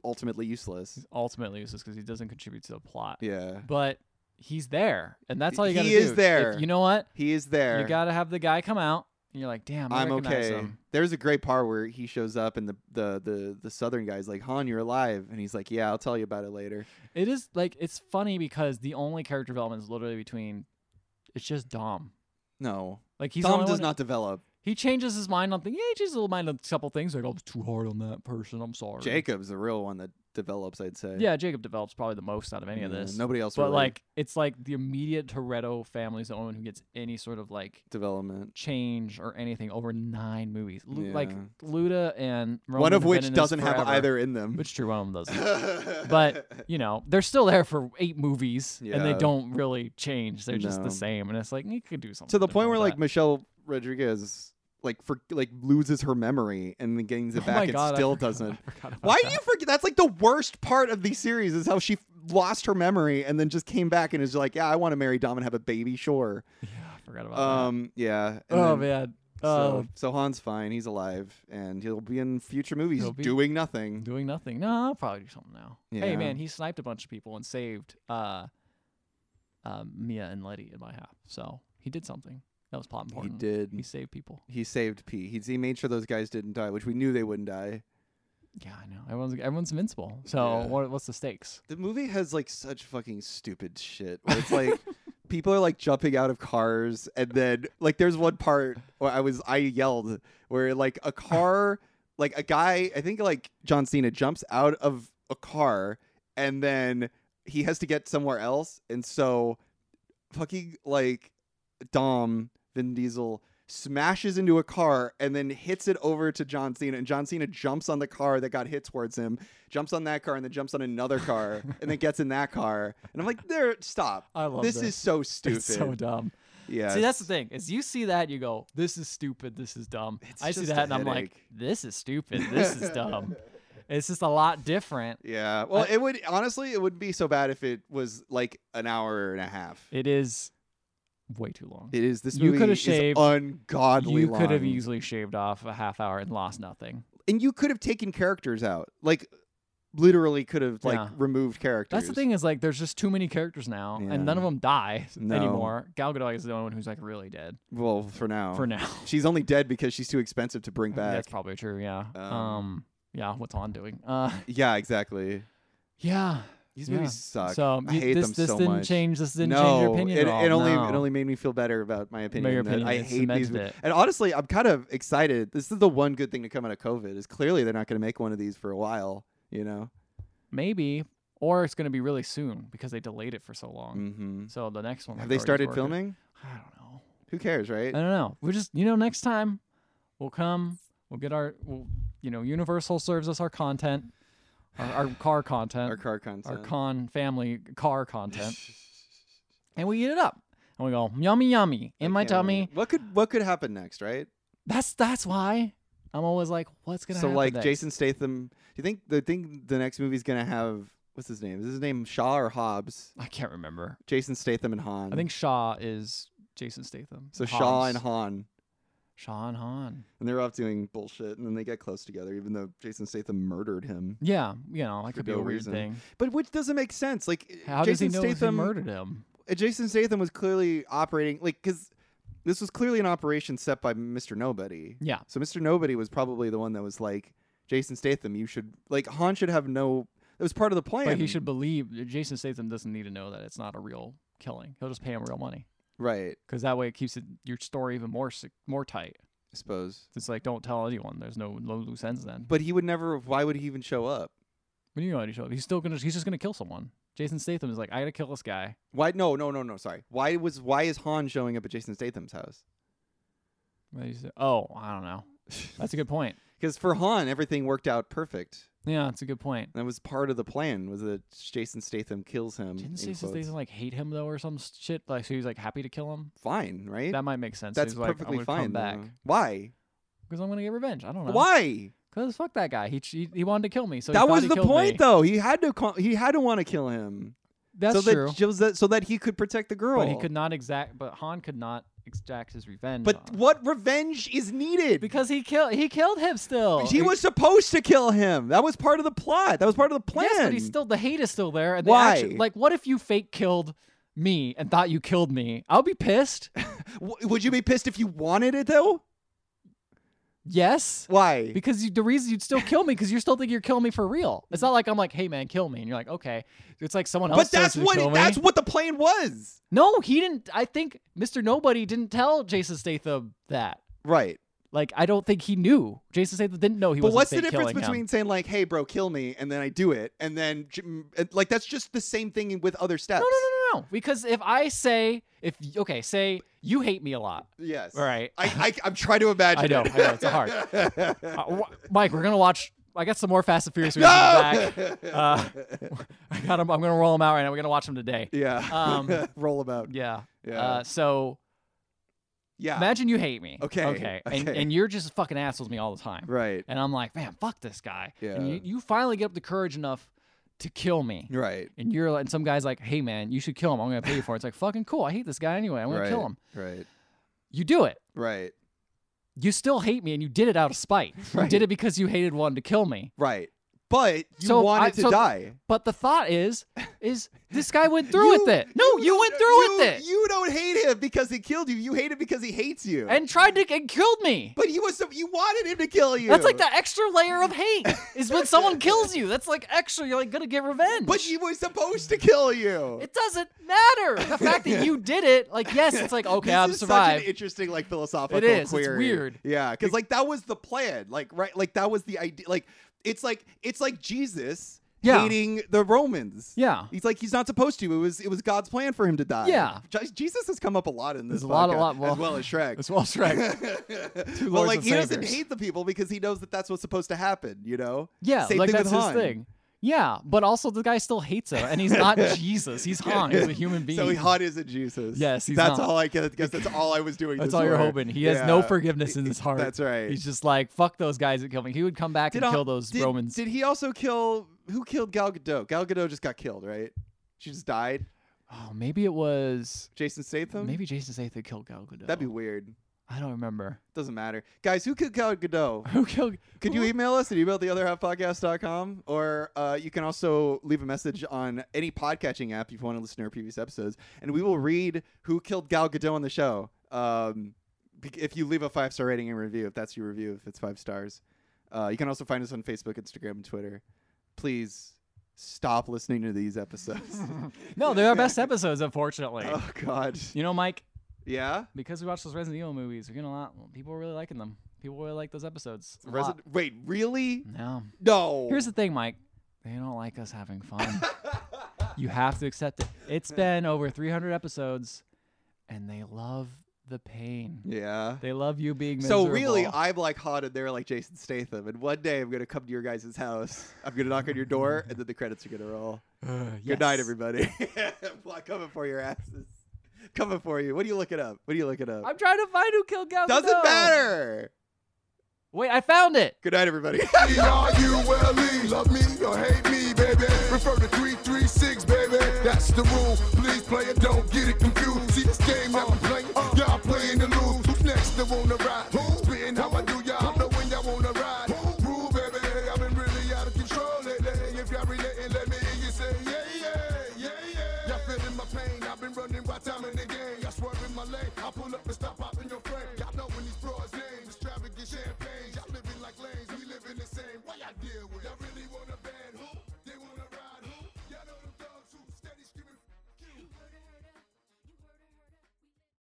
Speaker 2: ultimately useless.
Speaker 1: ultimately useless because he doesn't contribute to the plot.
Speaker 2: Yeah.
Speaker 1: But he's there, and that's all you
Speaker 2: He
Speaker 1: got to do.
Speaker 2: is
Speaker 1: If-
Speaker 2: there.
Speaker 1: you know what?
Speaker 2: He is there.
Speaker 1: You got to have the guy come out, and you're like, damn, I
Speaker 2: I'm
Speaker 1: recognize
Speaker 2: okay.
Speaker 1: him.
Speaker 2: There's a great part where he shows up and the, the the the southern guy's like, "Han, you're alive." And he's like, "Yeah, I'll tell you about it later."
Speaker 1: It is like it's funny because the only character development is literally between. It's just Dom.
Speaker 2: No.
Speaker 1: Like he's the
Speaker 2: Tom
Speaker 1: only
Speaker 2: does
Speaker 1: one-
Speaker 2: not develop.
Speaker 1: He changes his mind on things. Yeah, he changes his mind on a couple things. Like I was too hard on that person. I'm sorry.
Speaker 2: Jacob's the real one that develops, I'd say.
Speaker 1: Yeah, Jacob develops probably the most out of any of
Speaker 2: Yeah,
Speaker 1: this.
Speaker 2: Nobody else
Speaker 1: but
Speaker 2: Mm, really
Speaker 1: like, it's like the immediate Toretto family's the only one who gets any sort of like
Speaker 2: development.
Speaker 1: change or anything over nine movies. Lu- Like
Speaker 2: Yeah.
Speaker 1: Luda and Roman
Speaker 2: one of
Speaker 1: have been
Speaker 2: which
Speaker 1: in this
Speaker 2: doesn't have
Speaker 1: forever,
Speaker 2: either in them.
Speaker 1: Which true, one of them doesn't. but you know, they're still there for eight movies, and they
Speaker 2: Yeah.
Speaker 1: don't really change. They're just the
Speaker 2: No.
Speaker 1: same, and it's like you could do something
Speaker 2: to the point
Speaker 1: different
Speaker 2: where
Speaker 1: with
Speaker 2: like
Speaker 1: that.
Speaker 2: Michelle Rodriguez like for like loses her memory and then gains it
Speaker 1: Oh my
Speaker 2: back
Speaker 1: God, I
Speaker 2: and still
Speaker 1: forgot- I
Speaker 2: doesn't.
Speaker 1: forgot about
Speaker 2: Why
Speaker 1: that.
Speaker 2: do you forget? That's like the worst part of these series is how she f- lost her memory and then just came back and is like, yeah, I want to marry Dom and have a baby. Sure.
Speaker 1: Yeah, I forgot about that.
Speaker 2: Um. Yeah. and
Speaker 1: oh
Speaker 2: then-
Speaker 1: man, Uh,
Speaker 2: so, so Han's fine. He's alive, and he'll be in future movies
Speaker 1: He'll be-
Speaker 2: doing nothing.
Speaker 1: doing nothing. No, I'll probably do something now. Hey
Speaker 2: Yeah.
Speaker 1: man, he sniped a bunch of people and saved uh, uh, Mia and Letty in my half. So he did something that was plot
Speaker 2: He
Speaker 1: important.
Speaker 2: did.
Speaker 1: He saved people.
Speaker 2: he saved P. He's, he made sure those guys didn't die, which we knew they wouldn't die.
Speaker 1: Yeah, I know. Everyone's everyone's invincible. So
Speaker 2: Yeah.
Speaker 1: what, what's the stakes?
Speaker 2: The movie has like such fucking stupid shit. Where it's like people are like jumping out of cars, and then like there's one part where I was I yelled where like a car, like a guy, I think like John Cena jumps out of a car, and then he has to get somewhere else, and so fucking like Dom Vin Diesel smashes into a car and then hits it over to John Cena and John Cena jumps on the car that got hit towards him jumps on that car and then jumps on another car and then gets in that car and I'm like there stop
Speaker 1: I love
Speaker 2: this,
Speaker 1: this.
Speaker 2: is so stupid
Speaker 1: It's so dumb.
Speaker 2: yeah
Speaker 1: See, that's the thing is you see that you go, this is stupid. This is dumb.
Speaker 2: It's
Speaker 1: I see
Speaker 2: just a
Speaker 1: that and I'm like,
Speaker 2: headache.
Speaker 1: this is stupid. This is dumb. It's just a lot different.
Speaker 2: yeah well
Speaker 1: I-
Speaker 2: it would honestly it wouldn't be so bad if it was like an hour and a half
Speaker 1: It is way too long.
Speaker 2: it is this
Speaker 1: You
Speaker 2: movie
Speaker 1: coulda
Speaker 2: is
Speaker 1: shaved-
Speaker 2: ungodly
Speaker 1: you could have
Speaker 2: long.
Speaker 1: easily shaved off a half hour and lost nothing.
Speaker 2: and you could have taken characters out like literally could have like
Speaker 1: Yeah.
Speaker 2: removed characters
Speaker 1: That's the thing is like there's just too many characters now, and none of
Speaker 2: Yeah.
Speaker 1: them die
Speaker 2: No.
Speaker 1: anymore. Gal Gadot is the only one who's like really dead
Speaker 2: well for now
Speaker 1: for now.
Speaker 2: she's only dead because she's too expensive to bring Oh, back
Speaker 1: That's probably true. Yeah. Um.
Speaker 2: Um,
Speaker 1: yeah. What's on doing? Uh.
Speaker 2: yeah exactly
Speaker 1: Yeah.
Speaker 2: these
Speaker 1: Yeah.
Speaker 2: movies suck
Speaker 1: So
Speaker 2: I
Speaker 1: you-
Speaker 2: hate
Speaker 1: this
Speaker 2: them
Speaker 1: this
Speaker 2: so
Speaker 1: didn't
Speaker 2: much.
Speaker 1: change. This didn't
Speaker 2: no,
Speaker 1: change your opinion
Speaker 2: it,
Speaker 1: at all.
Speaker 2: it only
Speaker 1: no.
Speaker 2: it only made me feel better about my opinion. that
Speaker 1: opinion,
Speaker 2: I
Speaker 1: it
Speaker 2: hate these,
Speaker 1: cemented
Speaker 2: mo-
Speaker 1: it.
Speaker 2: and honestly, I'm kind of excited. This is the one good thing to come out of COVID is clearly they're not going to make one of these for a while. You know,
Speaker 1: maybe, or it's gonna be really soon because they delayed it for so long.
Speaker 2: mm-hmm.
Speaker 1: So the next one.
Speaker 2: have
Speaker 1: like,
Speaker 2: they
Speaker 1: already
Speaker 2: started
Speaker 1: sorted.
Speaker 2: filming?
Speaker 1: I don't know.
Speaker 2: Who cares, right?
Speaker 1: I don't know. We just you know next time we'll come. We'll get our. We'll, you know, Universal serves us our content, our, our car content,
Speaker 2: Our car content.
Speaker 1: our con family car content, and we eat it up. And we go yummy yummy in my
Speaker 2: Can't remember.
Speaker 1: tummy.
Speaker 2: What could what could happen next, right?
Speaker 1: That's that's why I'm always like, what's gonna
Speaker 2: So
Speaker 1: happen
Speaker 2: like
Speaker 1: next?
Speaker 2: Jason Statham. Do you think the think the next movie's going to have what's his name? Is his name Shaw or Hobbs?
Speaker 1: I can't remember.
Speaker 2: Jason Statham and Han.
Speaker 1: I think Shaw is Jason Statham.
Speaker 2: Mm. so. Shaw
Speaker 1: Hans.
Speaker 2: and Han.
Speaker 1: Shaw and Han.
Speaker 2: And they're off doing bullshit, and then they get close together, even though Jason Statham murdered him.
Speaker 1: Yeah, you know that could be
Speaker 2: no
Speaker 1: a weird
Speaker 2: reason.
Speaker 1: thing.
Speaker 2: But which doesn't make sense. Like
Speaker 1: How
Speaker 2: Jason
Speaker 1: does he know if he
Speaker 2: Statham
Speaker 1: murdered him?
Speaker 2: uh, Jason Statham was clearly operating like because this was clearly an operation set by Mr. Nobody.
Speaker 1: Yeah,
Speaker 2: So Mr. Nobody was probably the one that was like, Jason Statham, you should like Han should have no. It was part of the plan.
Speaker 1: but he should believe Jason Statham doesn't need to know that it's not a real killing. He'll just pay him real money
Speaker 2: right.
Speaker 1: because that way it keeps it, your story even more sec- more tight.
Speaker 2: I suppose.
Speaker 1: It's like don't tell anyone. There's no no loose ends then.
Speaker 2: But he would never. Why would he even show up?
Speaker 1: When you know how to show up, he's still gonna he's just gonna kill someone. Jason Statham is like, I gotta kill this guy.
Speaker 2: Why? No, no, no, no. Sorry. Why was? Why is Han showing up at Jason Statham's house?
Speaker 1: And he's like, oh, I don't know. That's a good point.
Speaker 2: Because for Han, everything worked out perfect.
Speaker 1: Yeah, that's a good point.
Speaker 2: That was part of the plan. Was that Jason Statham kills him? Mm, in
Speaker 1: Didn't Jason
Speaker 2: quotes.
Speaker 1: Statham like hate him though, or some s- shit? Like, so he's like happy to kill him.
Speaker 2: Fine, right?
Speaker 1: That might make sense.
Speaker 2: That's
Speaker 1: he's like,
Speaker 2: perfectly
Speaker 1: I'm gonna
Speaker 2: fine.
Speaker 1: come back
Speaker 2: though. Why?
Speaker 1: because I'm gonna get revenge. I don't know
Speaker 2: Why?
Speaker 1: Because fuck that guy. He, ch- he he wanted to kill me. So he
Speaker 2: that
Speaker 1: thought
Speaker 2: was
Speaker 1: he
Speaker 2: the
Speaker 1: killed
Speaker 2: point,
Speaker 1: me.
Speaker 2: though. He had to. co- He had to want to kill him.
Speaker 1: That's
Speaker 2: so
Speaker 1: true.
Speaker 2: That, so that so that he could protect the girl.
Speaker 1: But he could not exact. But Han could not exact his revenge.
Speaker 2: But
Speaker 1: on-
Speaker 2: what revenge is needed?
Speaker 1: because he killed he killed him still.
Speaker 2: he was supposed to kill him. That was part of the plot. That was part of the plan.
Speaker 1: Yes, but he's still the hate is still there. And the
Speaker 2: Why?
Speaker 1: action- like, what if you fake killed me and thought you killed me? I'll be pissed.
Speaker 2: W- would you be pissed if you wanted it though?
Speaker 1: Yes.
Speaker 2: Why?
Speaker 1: Because you, the reason you'd still kill me because you're still thinking you're killing me for real. It's not like I'm like, hey man, kill me, and you're like, okay. It's like someone else.
Speaker 2: but that's
Speaker 1: says to kill
Speaker 2: what
Speaker 1: me.
Speaker 2: that's what the plan was.
Speaker 1: No, he didn't. I think Mr. Nobody didn't tell Jason Statham that.
Speaker 2: Right.
Speaker 1: Like, I don't think he knew. Jason Statham didn't know he
Speaker 2: but
Speaker 1: wasn't
Speaker 2: what's the
Speaker 1: fake
Speaker 2: difference
Speaker 1: killing him.
Speaker 2: between saying like, "Hey, bro, kill me," and then I do it, and then j- m- and, like that's just the same thing with other steps.
Speaker 1: No, no, no, no, no. Because if I say, if okay, say you hate me a lot.
Speaker 2: Yes.
Speaker 1: All right.
Speaker 2: I, I I'm trying to imagine.
Speaker 1: I know,
Speaker 2: it.
Speaker 1: I know, it's hard. Uh, wh- Mike, we're gonna watch. I got some more Fast and Furious movies in the back. Uh, I got 'em- I'm gonna roll them out right now. We're gonna watch them today.
Speaker 2: yeah.
Speaker 1: Um,
Speaker 2: Roll about.
Speaker 1: Yeah.
Speaker 2: Yeah.
Speaker 1: Uh, so
Speaker 2: Yeah.
Speaker 1: imagine you hate me.
Speaker 2: Okay,
Speaker 1: Okay. And,
Speaker 2: okay.
Speaker 1: and you're just fucking assholes me all the time.
Speaker 2: Right.
Speaker 1: And I'm like, man, fuck this guy. And
Speaker 2: Yeah.
Speaker 1: you, you finally get up the courage enough to kill me.
Speaker 2: Right.
Speaker 1: And you're like- and some guy's like, hey man, you should kill him. I'm gonna pay you for it. It's like fucking cool. I hate this guy anyway. I'm gonna
Speaker 2: right.
Speaker 1: kill him.
Speaker 2: Right.
Speaker 1: You do it.
Speaker 2: Right.
Speaker 1: you still hate me and you did it out of spite. You
Speaker 2: Right.
Speaker 1: did it because you hated wanting to kill me.
Speaker 2: Right. But you
Speaker 1: So
Speaker 2: wanted
Speaker 1: I-
Speaker 2: to
Speaker 1: so-
Speaker 2: die.
Speaker 1: But the thought is, is this guy went through with
Speaker 2: You-
Speaker 1: it. No, you, went through
Speaker 2: you-
Speaker 1: with it
Speaker 2: You don't hate him because he killed you. You hate him because he hates you.
Speaker 1: and tried to and killed me.
Speaker 2: but he was so, you wanted him to kill you.
Speaker 1: That's like the extra layer of hate is when someone kills you. That's like extra. You're like gonna get revenge.
Speaker 2: But he was supposed to kill you.
Speaker 1: it doesn't matter. The fact that you did it, like yes, it's like okay,
Speaker 2: this
Speaker 1: I've
Speaker 2: is Such
Speaker 1: survived.
Speaker 2: an interesting, like philosophical
Speaker 1: It is. It's
Speaker 2: query.
Speaker 1: weird.
Speaker 2: Yeah, because like that was the plan. Like right, like that was the idea. Like it's like it's like Jesus
Speaker 1: Yeah.
Speaker 2: hating the Romans.
Speaker 1: yeah,
Speaker 2: He's like he's not supposed to. It was it was God's plan for him to die.
Speaker 1: Yeah.
Speaker 2: Je- Jesus has come up a lot in this
Speaker 1: There's a lot, a
Speaker 2: podcast,
Speaker 1: lot, well-
Speaker 2: as well as Shrek.
Speaker 1: it's well Shrek.
Speaker 2: but
Speaker 1: lords
Speaker 2: like
Speaker 1: and
Speaker 2: he doesn't
Speaker 1: saviors.
Speaker 2: hate the people because he knows that that's what's supposed to happen. You know.
Speaker 1: Yeah,
Speaker 2: Same
Speaker 1: like
Speaker 2: thing
Speaker 1: that's
Speaker 2: with
Speaker 1: his
Speaker 2: Han.
Speaker 1: thing. Yeah, but also the guy still hates him, and he's not Jesus. He's Han. He's a human being.
Speaker 2: So he hot isn't Jesus.
Speaker 1: Yes, he's
Speaker 2: that's
Speaker 1: not.
Speaker 2: all I get. I guess that's all I was doing.
Speaker 1: That's
Speaker 2: this
Speaker 1: all you're
Speaker 2: whole-
Speaker 1: hoping. He has no
Speaker 2: Yeah.
Speaker 1: forgiveness in his heart.
Speaker 2: That's right.
Speaker 1: He's just like, fuck those guys that kill me. He would come back
Speaker 2: Did
Speaker 1: and
Speaker 2: al-
Speaker 1: kill those
Speaker 2: did-
Speaker 1: Romans.
Speaker 2: Did he also kill? Who killed Gal Gadot? Gal Gadot just got killed, right? She just died.
Speaker 1: oh, maybe it was
Speaker 2: Jason Statham.
Speaker 1: maybe Jason Statham killed Gal Gadot.
Speaker 2: that'd be weird.
Speaker 1: I don't remember
Speaker 2: Doesn't matter, guys. Who killed Gal Gadot?
Speaker 1: who killed.
Speaker 2: Could you email us at email the other half podcast.com or uh, you can also leave a message on any podcatching app if you want to listen to our previous episodes and we will read who killed Gal Gadot on the show. Um, be- if you leave a five star rating and review, if that's your review, if it's five stars, uh, you can also find us on Facebook, Instagram, and Twitter. Please stop listening to these episodes.
Speaker 1: No, they're our best episodes, unfortunately.
Speaker 2: e oh God,
Speaker 1: You know, Mike,
Speaker 2: yeah.
Speaker 1: because we watched those Resident Evil movies, we're getting a lot. People are really liking them. People really like those episodes. a lot.
Speaker 2: Resident- Wait, really?
Speaker 1: No.
Speaker 2: No.
Speaker 1: Here's the thing, Mike. They don't like us having fun. you have to accept it. It's been over 300 episodes, and they love the pain.
Speaker 2: yeah.
Speaker 1: They love you being miserable.
Speaker 2: So really, I'm like hot and they're like Jason Statham. And one day I'm gonna come to your guys' house. I'm gonna knock on your door, and then the credits are gonna roll. Good night,
Speaker 1: Uh, Yes.
Speaker 2: everybody. I'm coming for your asses. Coming for you. What are you looking up? What are you looking up?
Speaker 1: I'm trying to find who killed Gal
Speaker 2: Doesn't
Speaker 1: Gadot.
Speaker 2: matter.
Speaker 1: Wait, I found it.
Speaker 2: Good night, everybody.
Speaker 3: E-R-U-L-E, E? love me or hate me, baby. Refer to 336, baby. That's the rule. Please, player, don't get it confused. See, this game that we play, y'all playing to lose. Who's next to on the rap?